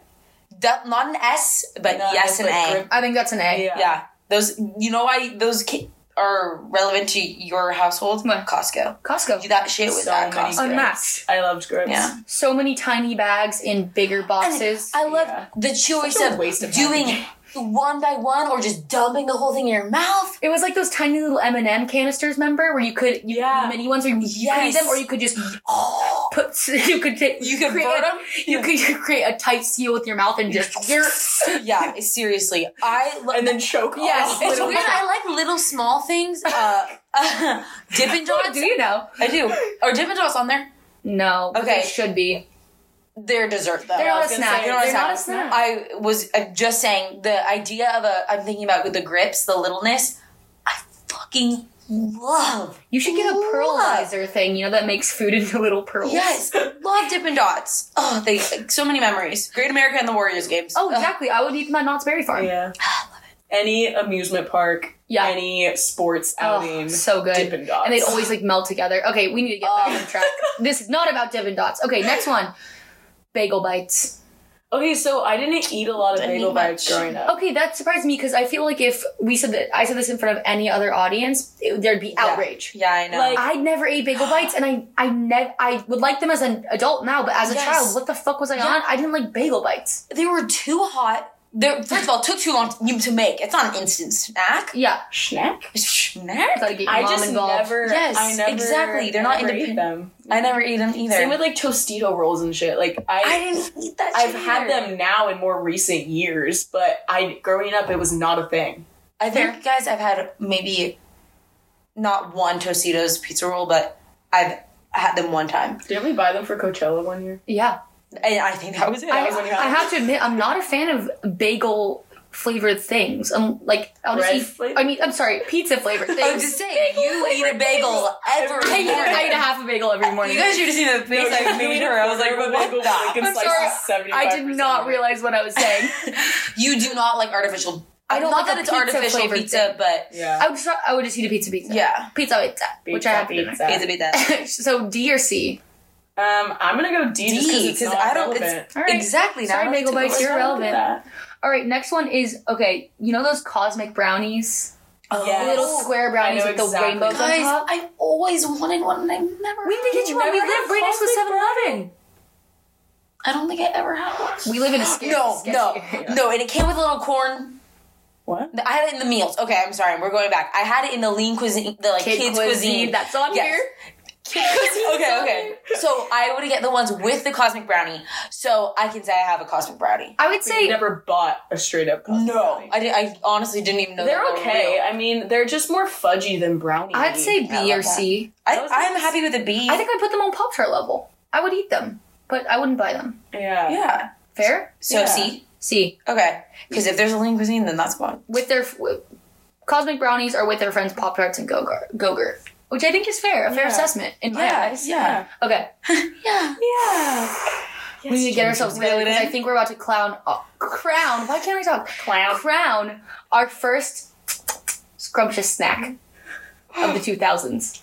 Speaker 1: Du- not an S, but
Speaker 2: No,
Speaker 1: yes, an
Speaker 2: it's uh, like
Speaker 1: A.
Speaker 2: grip-
Speaker 3: I think that's an A.
Speaker 2: Yeah.
Speaker 1: Yeah, those. You know why those ki- are relevant to your household?
Speaker 3: What?
Speaker 1: Costco.
Speaker 3: Costco.
Speaker 1: That shit was
Speaker 2: So
Speaker 1: at
Speaker 2: many
Speaker 1: Costco.
Speaker 3: Unmatched.
Speaker 2: I loved grips.
Speaker 1: Yeah.
Speaker 3: So many tiny bags in bigger boxes.
Speaker 1: I love
Speaker 2: Yeah.
Speaker 1: the choice
Speaker 2: Such a
Speaker 1: of,
Speaker 2: waste of
Speaker 1: doing one by one or just dumping the whole thing in your mouth.
Speaker 3: it was like those tiny little M and m canisters, remember? Where you could, you
Speaker 2: Yeah.
Speaker 3: the mini ones, where you could
Speaker 1: Yes.
Speaker 3: eat them, or you could just
Speaker 1: Oh,
Speaker 3: put you could take
Speaker 1: You could
Speaker 3: create
Speaker 1: burn
Speaker 3: a-
Speaker 1: them?
Speaker 3: You could create a tight seal with your mouth and just
Speaker 1: yeah. Seriously, I love. Oh,
Speaker 2: And then choke.
Speaker 3: Yes,
Speaker 2: off.
Speaker 1: it's
Speaker 3: little-
Speaker 1: weird. I like little small things. Uh, uh Dippin'
Speaker 3: What
Speaker 1: Dots.
Speaker 3: do you know?
Speaker 1: I do. Are Dippin' Dots on there?
Speaker 3: No. but
Speaker 1: Okay.
Speaker 3: They should be.
Speaker 1: They're dessert though.
Speaker 3: They're not
Speaker 2: I
Speaker 3: a
Speaker 2: was gonna
Speaker 3: snack.
Speaker 2: say,
Speaker 3: They're
Speaker 2: they're
Speaker 3: not a snack.
Speaker 1: I was uh, just saying the idea of a. I'm thinking about the grips, the littleness. I fucking love.
Speaker 3: You should get a
Speaker 1: Love.
Speaker 3: pearlizer thing, you know, that makes food into little pearls.
Speaker 1: Yes, love Dippin' Dots. Oh, they like, so many memories. Great America and the Warriors games.
Speaker 3: Oh,
Speaker 1: Ugh.
Speaker 3: exactly. I would eat them at Knott's Berry Farm.
Speaker 2: Yeah. Any amusement park,
Speaker 3: Yeah.
Speaker 2: any sports outing,
Speaker 3: Oh, so good.
Speaker 2: Dippin' Dots.
Speaker 3: And they'd always like melt together. Okay, we need to get back
Speaker 1: Oh.
Speaker 3: on track. This is not about Dippin' Dots. Okay, next one. Bagel bites.
Speaker 2: okay, so I didn't eat a lot of
Speaker 1: Didn't
Speaker 2: bagel
Speaker 1: eat
Speaker 2: bites
Speaker 1: much. Oh.
Speaker 2: growing up.
Speaker 3: Okay, that surprised me because I feel like if we said that, I said this in front of any other audience, it, there'd be outrage.
Speaker 1: Yeah, I know.
Speaker 2: Like-
Speaker 3: I never ate bagel bites, and I I never I would like them as an adult now, but as a
Speaker 1: Yes.
Speaker 3: child, what the fuck was I on? I didn't like bagel bites.
Speaker 1: they were too hot. They're, first of all, it took too long to, to make. It's not an instant snack.
Speaker 3: Yeah,
Speaker 2: Snack?
Speaker 1: Snack.
Speaker 3: gotta get your
Speaker 2: I
Speaker 3: mom
Speaker 2: just
Speaker 3: involved.
Speaker 2: never.
Speaker 1: Yes,
Speaker 2: I never.
Speaker 1: exactly. They're not
Speaker 2: never ate
Speaker 1: independent.
Speaker 2: them.
Speaker 1: I never eat them either.
Speaker 2: Same with like Tostito rolls and shit. Like
Speaker 1: I
Speaker 2: I,
Speaker 1: didn't eat that.
Speaker 2: I've
Speaker 1: shit
Speaker 2: had
Speaker 1: either.
Speaker 2: them now in more recent years, but I growing up it was not a thing.
Speaker 1: I think, guys, I've had maybe not one Tostitos pizza roll, but I've had them one time.
Speaker 2: Didn't we buy them for Coachella one year?
Speaker 3: Yeah,
Speaker 1: And I think that was it.
Speaker 3: I,
Speaker 1: was when you
Speaker 3: I
Speaker 1: had-
Speaker 3: have to admit, I'm not a fan of bagel flavored things. I'm like, I'll just
Speaker 2: Bread
Speaker 3: eat.
Speaker 2: flavored?
Speaker 3: I mean, I'm sorry, pizza flavored things.
Speaker 1: I was just saying, you eat a bagel every
Speaker 3: I eat, I eat a
Speaker 1: morning.
Speaker 3: half a bagel every morning.
Speaker 1: You guys should have seen the face
Speaker 2: you
Speaker 1: I
Speaker 2: made
Speaker 1: made
Speaker 2: a
Speaker 1: her. I was
Speaker 2: quarter
Speaker 1: like,
Speaker 2: of a bagel
Speaker 1: what
Speaker 2: with,
Speaker 1: the?
Speaker 2: like,
Speaker 3: I'm
Speaker 2: slice is
Speaker 3: sorry, I did
Speaker 2: 75%
Speaker 3: not
Speaker 2: of it.
Speaker 3: realize what I was saying.
Speaker 1: You do not like artificial.
Speaker 3: I don't
Speaker 1: not
Speaker 3: like
Speaker 1: that
Speaker 3: a
Speaker 1: it's
Speaker 3: pizza
Speaker 1: artificial
Speaker 3: flavored
Speaker 1: pizza, but
Speaker 2: Yeah.
Speaker 3: I would just, I would just eat a pizza pizza.
Speaker 1: yeah,
Speaker 3: pizza pizza, which I
Speaker 2: Pizza,
Speaker 3: have. for dinner.
Speaker 2: pizza.
Speaker 1: pizza pizza.
Speaker 3: so D or C?
Speaker 2: Um, I'm gonna go D just because
Speaker 1: D,
Speaker 2: it's
Speaker 1: because
Speaker 2: not
Speaker 1: I don't.
Speaker 2: relevant.
Speaker 1: It's,
Speaker 3: All right.
Speaker 1: Exactly. now I
Speaker 3: Sorry,
Speaker 1: don't have
Speaker 3: bagel
Speaker 1: to go
Speaker 3: bites, you're
Speaker 1: with-
Speaker 3: irrelevant. All right, next one is okay. You know those cosmic brownies,
Speaker 1: Oh,
Speaker 2: Yes.
Speaker 3: little square brownies
Speaker 2: I know
Speaker 3: with the
Speaker 2: exactly.
Speaker 3: rainbows
Speaker 1: Guys,
Speaker 3: on top.
Speaker 1: I always wanted one, and I never.
Speaker 3: We need to get you one.
Speaker 1: had
Speaker 3: We
Speaker 1: one.
Speaker 3: live right next to Seven Eleven.
Speaker 1: I don't think I ever had one.
Speaker 3: We live in a scary,
Speaker 1: No,
Speaker 3: sketchy
Speaker 1: no,
Speaker 3: area.
Speaker 1: no, and it came with a little corn.
Speaker 2: What?
Speaker 1: I had it in the meals. Okay, I'm sorry, we're going back. I had it in the lean cuisine, the like
Speaker 3: Kid
Speaker 1: kids
Speaker 3: cuisine,
Speaker 1: cuisine.
Speaker 3: that's on
Speaker 1: Yes.
Speaker 3: here.
Speaker 1: okay, okay. So I would get the ones with the cosmic brownie, so I can say I have a cosmic brownie.
Speaker 3: I would
Speaker 2: We
Speaker 3: say
Speaker 2: never bought a straight up cosmic brownie.
Speaker 1: I, did, I honestly didn't even know
Speaker 2: they're
Speaker 1: that they were
Speaker 2: okay.
Speaker 1: real.
Speaker 2: I mean, they're just more fudgy than brownie.
Speaker 3: I'd say
Speaker 1: I
Speaker 3: B
Speaker 1: love
Speaker 3: or C.
Speaker 1: I, I'm happy with a B.
Speaker 3: I think I put them on Pop Tart level. I would eat them, but I wouldn't buy them.
Speaker 2: yeah.
Speaker 1: yeah.
Speaker 3: Fair?
Speaker 1: So
Speaker 2: Yeah.
Speaker 1: C.
Speaker 3: C.
Speaker 1: Okay. Because if there's a lean cuisine, then that's one.
Speaker 3: With their with, cosmic brownies are with their friends Pop Tarts and Go-Gurt, Go-Gurt, which I think is fair, a fair
Speaker 2: Yeah.
Speaker 3: assessment in my eyes.
Speaker 1: Yeah.
Speaker 3: Okay. yeah.
Speaker 1: Yeah.
Speaker 3: We need to get ourselves together
Speaker 1: Reel it
Speaker 3: because I
Speaker 1: in.
Speaker 3: think we're about to clown uh, crown. Why can't I talk?
Speaker 2: Clown.
Speaker 3: Crown our first scrumptious snack of the 2000s.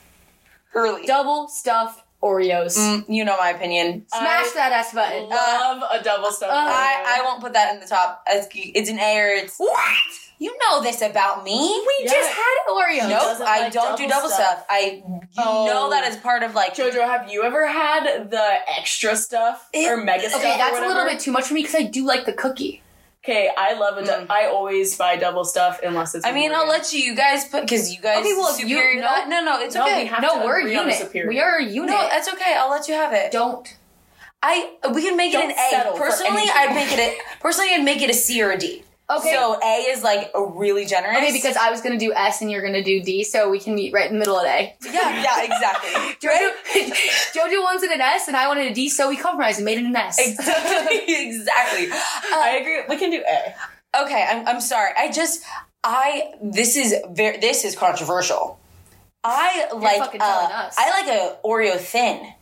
Speaker 1: Early.
Speaker 3: Double stuffed Oreos.
Speaker 1: Mm, you know my opinion.
Speaker 3: Smash
Speaker 2: I
Speaker 3: that ass button.
Speaker 2: Love a double stuffed.
Speaker 3: uh,
Speaker 1: I, I won't put that in the top. As It's an A or it's. What? You know this about me. We
Speaker 3: We just had Oreos.
Speaker 1: Nope,
Speaker 2: doesn't
Speaker 1: I
Speaker 2: like
Speaker 1: don't do
Speaker 2: double
Speaker 1: double
Speaker 2: stuff.
Speaker 1: stuff. I you
Speaker 2: Oh.
Speaker 1: know that is part of like
Speaker 2: Jojo, have you ever had the extra stuff
Speaker 1: It-
Speaker 2: or mega stuff?
Speaker 3: Okay,
Speaker 2: or
Speaker 3: that's a little
Speaker 2: whatever?
Speaker 3: bit too much for me because I do like the cookie.
Speaker 2: Okay, I love a. dou- I always buy double stuff unless it's.
Speaker 1: Mm. I mean, I'll let you, you guys put because you guys.
Speaker 3: Okay, well, if you-
Speaker 1: superior.
Speaker 3: no,
Speaker 1: uh, no, no, it's
Speaker 2: No,
Speaker 1: okay.
Speaker 2: we have
Speaker 3: No,
Speaker 2: to
Speaker 3: we're a
Speaker 2: agree on
Speaker 3: unit.
Speaker 2: superior.
Speaker 3: We are a unit.
Speaker 1: no, uh, that's okay. I'll let you have it.
Speaker 3: don't.
Speaker 1: I we can make
Speaker 2: Don't
Speaker 1: it an
Speaker 2: settle
Speaker 1: A.
Speaker 2: for
Speaker 1: Personally,
Speaker 2: anything.
Speaker 1: I'd make it a personally I'd make it a C or a D.
Speaker 3: Okay.
Speaker 1: So A is like a really generous.
Speaker 3: okay, because I was gonna do S and you're gonna do D, so we can meet right in the middle of A.
Speaker 1: yeah, yeah, exactly.
Speaker 3: Jojo, Jojo wanted an S and I wanted a D, so we compromised and made it an S.
Speaker 1: exactly, exactly. Uh,
Speaker 2: I agree. We can do A.
Speaker 1: Okay, I'm I'm sorry. I just I this is very this is controversial. I like
Speaker 3: fucking
Speaker 1: uh,
Speaker 3: telling us.
Speaker 1: I like a Oreo thin.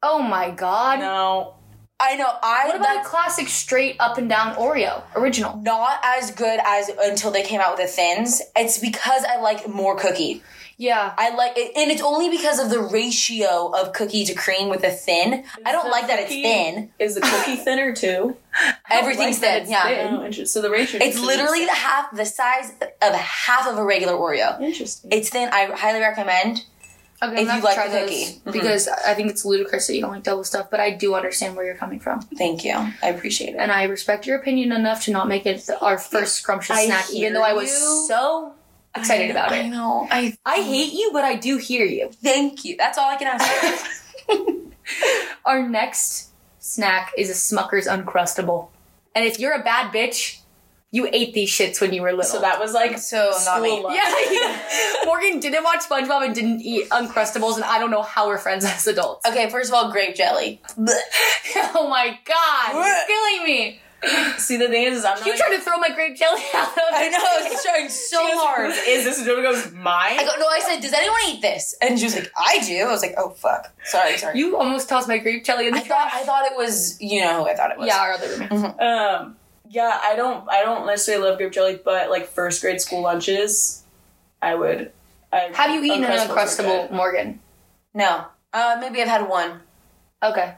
Speaker 3: Oh my god.
Speaker 2: No,
Speaker 1: I know. I
Speaker 3: What about a
Speaker 1: that's
Speaker 3: classic straight up and down Oreo? Original.
Speaker 1: not as good as until they came out with the thins. It's because I like more cookie.
Speaker 3: Yeah.
Speaker 1: I like it, and it's only because of the ratio of cookie to cream with a thin. I don't
Speaker 2: the
Speaker 1: like that it's
Speaker 2: cookie-
Speaker 1: thin.
Speaker 2: is the cookie thinner too?
Speaker 1: Everything's
Speaker 2: that
Speaker 1: thin. yeah.
Speaker 2: Thin. Oh, inter- So the ratio.
Speaker 1: It's
Speaker 2: should be
Speaker 1: literally the half the size of half of a regular Oreo.
Speaker 2: interesting.
Speaker 1: It's thin. I highly recommend.
Speaker 3: Okay,
Speaker 1: If
Speaker 3: I'm
Speaker 1: you
Speaker 3: gonna have to
Speaker 1: like
Speaker 3: try
Speaker 1: the
Speaker 3: those
Speaker 1: cookie. Mhm.
Speaker 3: because I think it's ludicrous that you don't like double stuff, but I do understand where you're coming from.
Speaker 1: Thank you. I appreciate it.
Speaker 3: And I respect your opinion enough to not make it the- our first scrumptious
Speaker 1: I
Speaker 3: snack, even
Speaker 1: hear
Speaker 3: though I was
Speaker 1: you.
Speaker 3: so excited about
Speaker 1: I
Speaker 3: it.
Speaker 1: know. I
Speaker 3: I hate you, but I do hear you.
Speaker 1: thank you. That's all I can ask.
Speaker 3: Our next snack is a Smucker's Uncrustable. And if you're a bad bitch, you ate these shits when you were little.
Speaker 2: so that was like
Speaker 1: so not
Speaker 2: school
Speaker 1: me.
Speaker 2: lunch.
Speaker 3: yeah, Morgan didn't watch SpongeBob and didn't eat Uncrustables, and I don't know how we're friends as adults.
Speaker 1: Okay, first of all, grape jelly. Blech.
Speaker 3: oh my god, you're
Speaker 1: What?
Speaker 3: killing me!
Speaker 2: See, the thing is, is I'm not.
Speaker 3: You tried to throw my grape jelly out.
Speaker 1: I know. I was trying so hard.
Speaker 2: Is this Jojo's mine?
Speaker 1: I go, no, I said, does anyone eat this? And she was like, I do. I was like, oh, fuck. Sorry, sorry.
Speaker 3: You almost tossed my grape jelly in the
Speaker 1: I thought,
Speaker 3: trash.
Speaker 1: I thought it was, you know who I thought it was.
Speaker 3: yeah, our other roommate.
Speaker 2: Um, yeah, I don't, I don't necessarily love grape jelly, but like first grade school lunches, I would. I,
Speaker 3: Have you eaten an
Speaker 2: Uncrustables are
Speaker 3: Uncrustable,
Speaker 2: good.
Speaker 3: Morgan?
Speaker 1: No. Uh, maybe I've had one.
Speaker 3: Okay.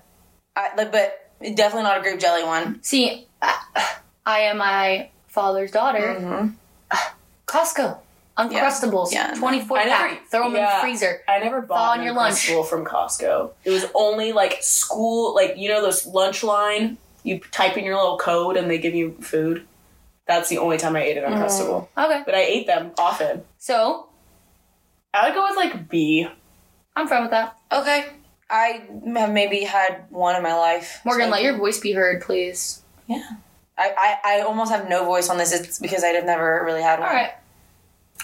Speaker 1: I, like, but definitely not a grape jelly one.
Speaker 3: See, I, I am my father's daughter. Costco. Uncrustables.
Speaker 1: Mm-hmm. Yeah, no.
Speaker 3: 24
Speaker 2: I never-
Speaker 3: pack. Throw them in
Speaker 2: yeah.
Speaker 3: the freezer.
Speaker 2: I never
Speaker 3: Thaw
Speaker 2: bought
Speaker 3: on
Speaker 2: an
Speaker 3: your lunch.
Speaker 2: Uncrustable from Costco. It was only like school, like you know those lunch line. You type in your little code and they give you food. That's the only time I ate an Uncrustable,
Speaker 3: Okay.
Speaker 2: but I ate them often.
Speaker 3: So,
Speaker 2: I would go with like B.
Speaker 3: I'm fine with that.
Speaker 1: Okay. I have maybe had one in my life.
Speaker 3: Morgan,
Speaker 1: So-
Speaker 3: let your voice be heard, please.
Speaker 1: I, I, I almost have no voice on this. It's because I've never really had one.
Speaker 3: All right.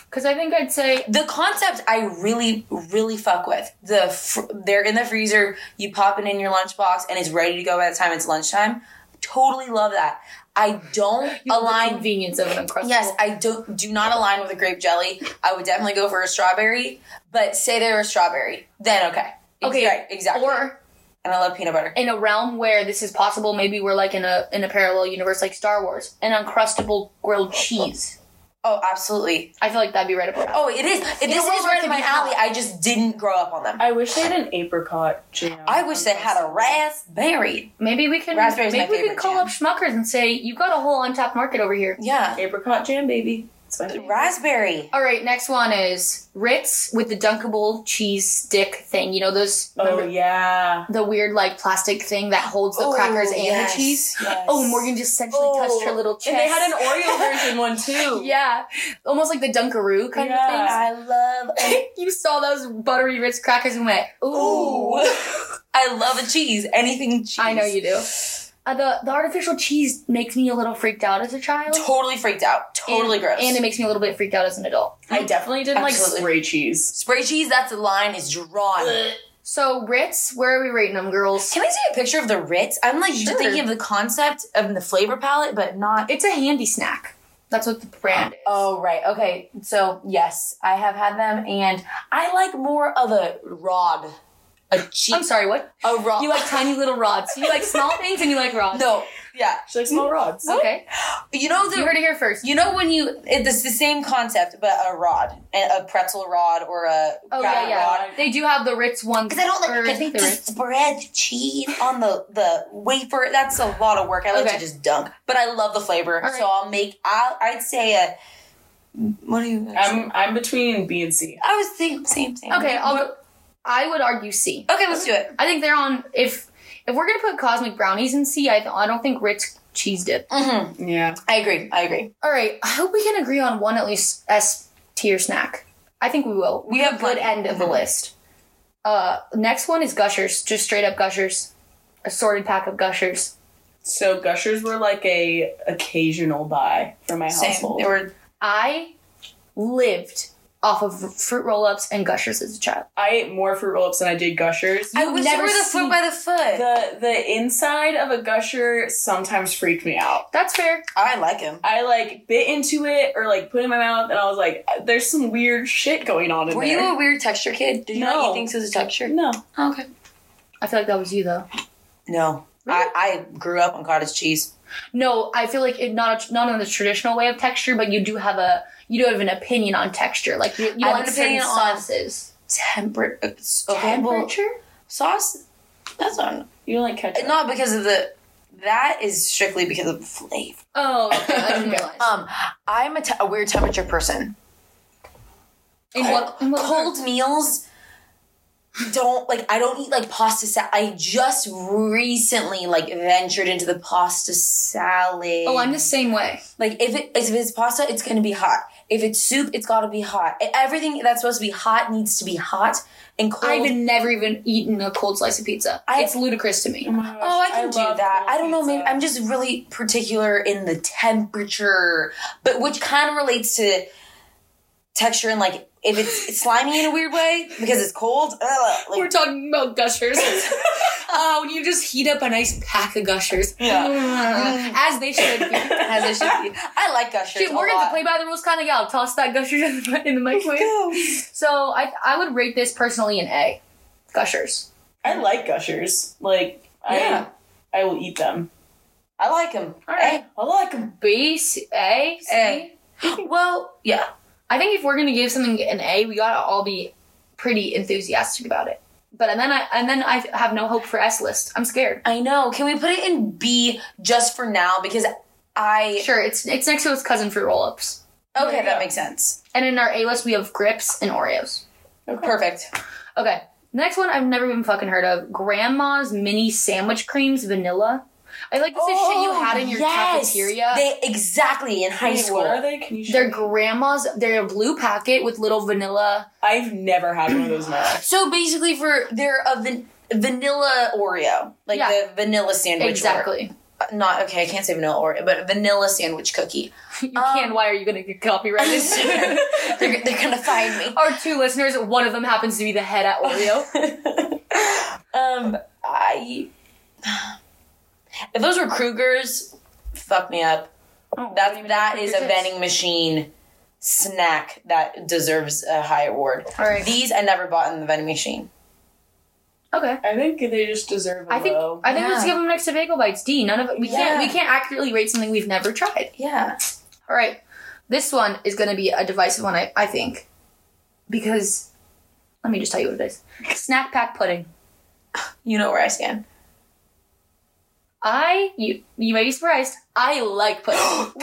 Speaker 3: Because I think I'd say,
Speaker 1: The concept I really, really fuck with. The fr- they're in the freezer. You pop it in your lunchbox, and it's ready to go by the time it's lunchtime. Totally love that. I don't
Speaker 3: you love the
Speaker 1: align.
Speaker 3: convenience of an Uncrustable.
Speaker 1: Yes, I do do not align with a grape jelly. I would definitely go for a strawberry, but say they're a strawberry, then okay.
Speaker 3: Okay.
Speaker 1: Right, exactly.
Speaker 3: Or
Speaker 1: and I love peanut butter.
Speaker 3: in a realm where this is possible, maybe we're like in a in a parallel universe like Star Wars, an uncrustable grilled cheese.
Speaker 1: Oh, absolutely.
Speaker 3: I feel like that'd be right up our alley.
Speaker 1: Oh, it is. It,
Speaker 3: a
Speaker 1: this is
Speaker 3: world where it
Speaker 1: right
Speaker 3: could
Speaker 1: in my
Speaker 3: be
Speaker 1: alley.
Speaker 3: hot.
Speaker 1: I just didn't grow up on them.
Speaker 2: I wish they had an apricot jam.
Speaker 1: I wish they had a raspberry.
Speaker 3: Oh, Maybe we can
Speaker 1: Raspberry's
Speaker 3: maybe
Speaker 1: my
Speaker 3: we can
Speaker 1: favorite
Speaker 3: call
Speaker 1: jam.
Speaker 3: up Schmuckers and say you got a whole untapped market over here.
Speaker 1: Yeah,
Speaker 2: apricot jam, baby. It's my favorite.
Speaker 1: raspberry.
Speaker 3: All right, next one is Ritz with the dunkable cheese stick thing. You know those
Speaker 2: Oh
Speaker 3: remember
Speaker 2: yeah. Oh,
Speaker 3: the weird like plastic thing that holds
Speaker 1: Oh,
Speaker 3: the crackers and the cheese. Oh, Morgan just essentially touched her little chest.
Speaker 2: Oh, And they had an Oreo version one too.
Speaker 3: yeah, almost like the Dunkaroo kind
Speaker 2: Yeah.
Speaker 3: of thing.
Speaker 1: I love.
Speaker 3: you saw those buttery Ritz crackers and went, ooh.
Speaker 1: I love a cheese. Anything cheese.
Speaker 3: I know you do. Uh, the the artificial cheese makes me a little freaked out as a child.
Speaker 1: Totally freaked out. Totally
Speaker 3: and,
Speaker 1: gross.
Speaker 3: And it makes me a little bit freaked out as an adult.
Speaker 2: I definitely didn't
Speaker 1: Absolutely.
Speaker 2: like spray cheese.
Speaker 1: Spray cheese. That's the line is drawn.
Speaker 3: So Ritz, where are we rating them, girls?
Speaker 1: Can I see a picture of the Ritz? I'm like
Speaker 3: Sure.
Speaker 1: thinking of the concept of the flavor palette, but not.
Speaker 3: It's a handy snack. That's what the brand is.
Speaker 1: Oh right, okay. So yes, I have had them, and I like more of a rod, a cheap,
Speaker 3: I'm sorry, what?
Speaker 1: a rod.
Speaker 3: You like tiny little rods. You like small things and you like rods.
Speaker 1: no, yeah.
Speaker 2: She likes small rods.
Speaker 3: Okay.
Speaker 1: You know the
Speaker 3: You heard it here first.
Speaker 1: You know when you it's the same concept, but a rod, a a pretzel rod or a
Speaker 3: Oh
Speaker 1: crab
Speaker 3: yeah, yeah.
Speaker 1: rod.
Speaker 3: They do have the Ritz one.
Speaker 1: Because I don't
Speaker 3: or
Speaker 1: like I think
Speaker 3: the
Speaker 1: to
Speaker 3: Ritz.
Speaker 1: spread the cheese on the the wafer. That's a lot of work. I like
Speaker 3: Okay.
Speaker 1: to just dunk, but I love the flavor,
Speaker 3: All right.
Speaker 1: so I'll make. I I'd say a. What do
Speaker 3: Um,
Speaker 1: you?
Speaker 2: I'm I'm between B and C.
Speaker 1: I was thinking same same.
Speaker 3: Okay, I'll go. I would argue C.
Speaker 1: Okay, let's do it.
Speaker 3: I think they're on. If if we're gonna put cosmic brownies in C, I, th- I don't think Ritz cheese did.
Speaker 1: Mm-hmm.
Speaker 2: Yeah.
Speaker 1: I agree. I agree.
Speaker 3: All right. I hope we can agree on one at least S tier snack. I think we will.
Speaker 1: We
Speaker 3: We have
Speaker 1: have
Speaker 3: good
Speaker 1: plenty.
Speaker 3: end of the list. Uh, next one is gushers. Just straight up gushers. Assorted pack of gushers.
Speaker 2: So gushers were like a occasional buy for my
Speaker 1: Same.
Speaker 2: household.
Speaker 1: They were.
Speaker 3: I lived off of fruit roll ups and gushers as a child.
Speaker 2: I ate more fruit roll ups than I did gushers.
Speaker 1: I
Speaker 3: You've
Speaker 1: wish they
Speaker 3: never
Speaker 1: were the
Speaker 3: seen-
Speaker 1: foot by the foot.
Speaker 2: the the inside of a gusher sometimes freaked me out.
Speaker 3: That's fair.
Speaker 1: I like him.
Speaker 2: I like bit into it or like put it in my mouth and I was like, there's some weird shit going on in
Speaker 1: Were
Speaker 2: there.
Speaker 1: you a weird texture kid? Did you not
Speaker 2: No.
Speaker 1: eat things as a texture?
Speaker 2: no.
Speaker 1: Okay.
Speaker 3: I feel like that was you though.
Speaker 1: No. I, I grew up on cottage cheese.
Speaker 3: No, I feel like it not a, not in the traditional way of texture, but you do have a you do have an opinion on texture. Like you, you don't
Speaker 1: I have
Speaker 3: like
Speaker 1: an
Speaker 3: certain
Speaker 1: opinion on-
Speaker 3: sauces.
Speaker 1: Temper- okay, well, sauce. That's on.
Speaker 2: You don't like ketchup.
Speaker 1: Not because of the. That is strictly because of the flavor.
Speaker 3: Oh, okay, I didn't realize.
Speaker 1: Um, I'm a, te- a weird temperature person.
Speaker 3: In what, in what
Speaker 1: Cold meals don't like. I don't eat like pasta salad. I just recently like ventured into the pasta salad.
Speaker 3: Oh, I'm the same way.
Speaker 1: Like if it if it's pasta, it's gonna be hot. If it's soup, it's gotta be hot. E- Everything that's supposed to be hot needs to be hot and cold.
Speaker 3: I've never even eaten a cold slice of pizza.
Speaker 1: I-
Speaker 3: it's ludicrous to
Speaker 2: Oh,
Speaker 3: me.
Speaker 2: my gosh,
Speaker 1: Oh, I can do
Speaker 2: love
Speaker 1: that.
Speaker 2: cold
Speaker 1: I don't know. Maybe
Speaker 2: pizza.
Speaker 1: I'm just really particular in the temperature, but which kind of relates to texture and like if it's, it's slimy in a weird way because it's cold. Ugh,
Speaker 3: We're
Speaker 1: like,
Speaker 3: talking about gushers. Oh, when you just heat up a nice pack of gushers,
Speaker 1: Yeah.
Speaker 3: as they should be.
Speaker 1: as it should be. I like gushers.
Speaker 3: Shit, we're
Speaker 1: Mm. a
Speaker 3: gonna
Speaker 1: lot.
Speaker 3: play by the rules, kind of. Yeah, I'll toss that gushers in the, in the microwave. So I I would rate this personally an A. Gushers.
Speaker 2: I like gushers. Like
Speaker 1: Yeah.
Speaker 2: I I will eat them.
Speaker 1: I like them.
Speaker 3: All right.
Speaker 2: I like them.
Speaker 3: B, C, A, C.
Speaker 1: A. Eh? Well, yeah.
Speaker 3: I think if we're gonna give something an A, we gotta all be pretty enthusiastic about it. But and then I and then I have no hope for S list. I'm scared.
Speaker 1: I know. Can we put it in B just for now? Because I.
Speaker 3: Sure, it's it's next to its cousin fruit roll ups.
Speaker 1: Okay,
Speaker 2: Yeah.
Speaker 1: that makes sense.
Speaker 3: And in our A list, we have grips and Oreos.
Speaker 1: Perfect.
Speaker 3: Okay, next one I've never even fucking heard of: Grandma's mini sandwich creams, vanilla. I like this is shit you had in your
Speaker 1: Oh, yes.
Speaker 3: cafeteria.
Speaker 1: They exactly in high
Speaker 2: Wait,
Speaker 1: school.
Speaker 2: What are they? Can you show
Speaker 3: They're
Speaker 2: me?
Speaker 3: grandma's. They're a blue packet with little vanilla.
Speaker 2: I've never had one of those in my life.
Speaker 1: So basically, for they're a van- vanilla Oreo, like
Speaker 3: Yeah.
Speaker 1: the vanilla sandwich.
Speaker 3: exactly.
Speaker 1: Or, not okay. I can't say vanilla Oreo, but vanilla sandwich cookie.
Speaker 3: You
Speaker 1: Um,
Speaker 3: can. Why are you gonna get copyrighted?
Speaker 1: they're, they're gonna find me.
Speaker 3: Our two listeners, one of them happens to be the head at
Speaker 1: Oh,
Speaker 3: Oreo.
Speaker 1: um, I. If those were Krugers, fuck me up. That that is a vending machine snack that deserves a high award.
Speaker 3: All right.
Speaker 1: These I never bought in the vending machine.
Speaker 3: Okay.
Speaker 2: I think they just deserve a
Speaker 3: I think
Speaker 2: low.
Speaker 3: I think let's
Speaker 1: Yeah.
Speaker 3: give them next to bagel bites. D. None of we can't
Speaker 1: Yeah.
Speaker 3: we can't accurately rate something we've never tried.
Speaker 1: Yeah.
Speaker 3: All right. This one is going to be a divisive one, I, I think, because let me just tell you what it is. Snack pack pudding.
Speaker 1: You know where I stand.
Speaker 3: I you you may be surprised. I like pudding.
Speaker 1: Good.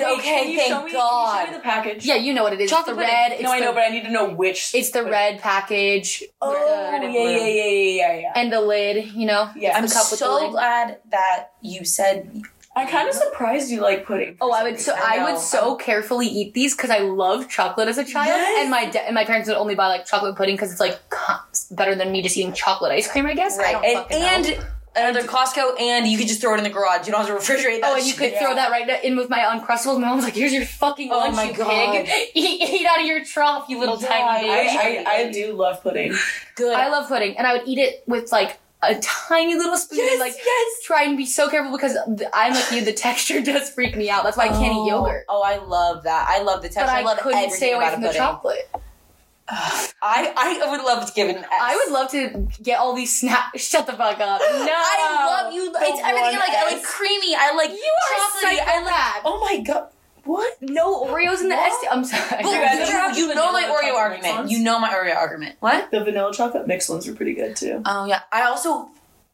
Speaker 2: Wait,
Speaker 1: okay.
Speaker 2: can you show
Speaker 1: Thank God.
Speaker 2: me, Can you show me the package?
Speaker 3: yeah, you know what it is.
Speaker 1: Chocolate
Speaker 3: it's the
Speaker 1: pudding.
Speaker 3: red. It's
Speaker 2: no, I
Speaker 3: the,
Speaker 2: know, but I need to know which.
Speaker 3: it's the red package.
Speaker 2: Oh,
Speaker 3: with the-
Speaker 2: yeah, yeah, yeah, yeah, yeah, yeah.
Speaker 3: And the lid. You know.
Speaker 2: Yeah.
Speaker 1: I'm
Speaker 3: the cup with the
Speaker 1: so
Speaker 3: lid.
Speaker 1: glad that you said.
Speaker 2: I'm kind of surprised you like pudding. for
Speaker 3: Oh, I
Speaker 2: some
Speaker 3: would so
Speaker 2: reason.
Speaker 1: I
Speaker 3: I, would
Speaker 1: know.
Speaker 3: so carefully eat these because I love chocolate as a child,
Speaker 2: Yes.
Speaker 3: and my da- and my parents would only buy like chocolate pudding because it's like co- better than me just eating chocolate ice cream. I guess I
Speaker 1: Right.
Speaker 3: don't
Speaker 1: And,
Speaker 3: fucking know.
Speaker 1: and another Costco, and you could just throw it in the garage. You don't have to refrigerate that.
Speaker 3: Oh, and you
Speaker 1: shit.
Speaker 3: could throw that right now in with my Uncrustables. My mom's like, "Here's your fucking
Speaker 1: Oh
Speaker 3: lunch,
Speaker 1: my
Speaker 3: you
Speaker 1: God.
Speaker 3: pig. Eat, eat out of your trough, you little
Speaker 1: Yeah,
Speaker 3: tiny."
Speaker 1: I-
Speaker 3: bitch."
Speaker 2: I, I, I do love pudding.
Speaker 1: good.
Speaker 3: I love pudding, and I would eat it with like a tiny little spoon.
Speaker 1: yes,
Speaker 3: like
Speaker 1: yes.
Speaker 3: try and be so careful because th- I'm like you. The texture does freak me out. That's why I can't eat yogurt.
Speaker 1: Oh, I love that. I love the texture.
Speaker 3: But
Speaker 1: I,
Speaker 3: I,
Speaker 1: love
Speaker 3: couldn't
Speaker 1: everything
Speaker 3: stay away
Speaker 1: about
Speaker 3: from
Speaker 1: a
Speaker 3: the
Speaker 1: pudding.
Speaker 3: chocolate.
Speaker 1: I, I would love to give it an S.
Speaker 3: I would love to get all these snacks. Shut the fuck up. No,
Speaker 1: I love you.
Speaker 2: The
Speaker 1: It's everything I
Speaker 2: one
Speaker 1: like. I like
Speaker 2: S.
Speaker 1: creamy. I like
Speaker 3: You are a
Speaker 1: chocolatey. I like
Speaker 3: psychopath.
Speaker 1: Oh my god. What?
Speaker 3: No Oreos in the
Speaker 1: What?
Speaker 3: S. I'm sorry.
Speaker 1: But
Speaker 2: you guys
Speaker 1: you,
Speaker 2: ever
Speaker 1: you know my
Speaker 2: vanilla
Speaker 1: Oreo
Speaker 2: chocolate
Speaker 1: argument.
Speaker 2: ones?
Speaker 1: You know my Oreo argument. What?
Speaker 2: The vanilla chocolate mix ones are pretty good too.
Speaker 1: Oh yeah. I also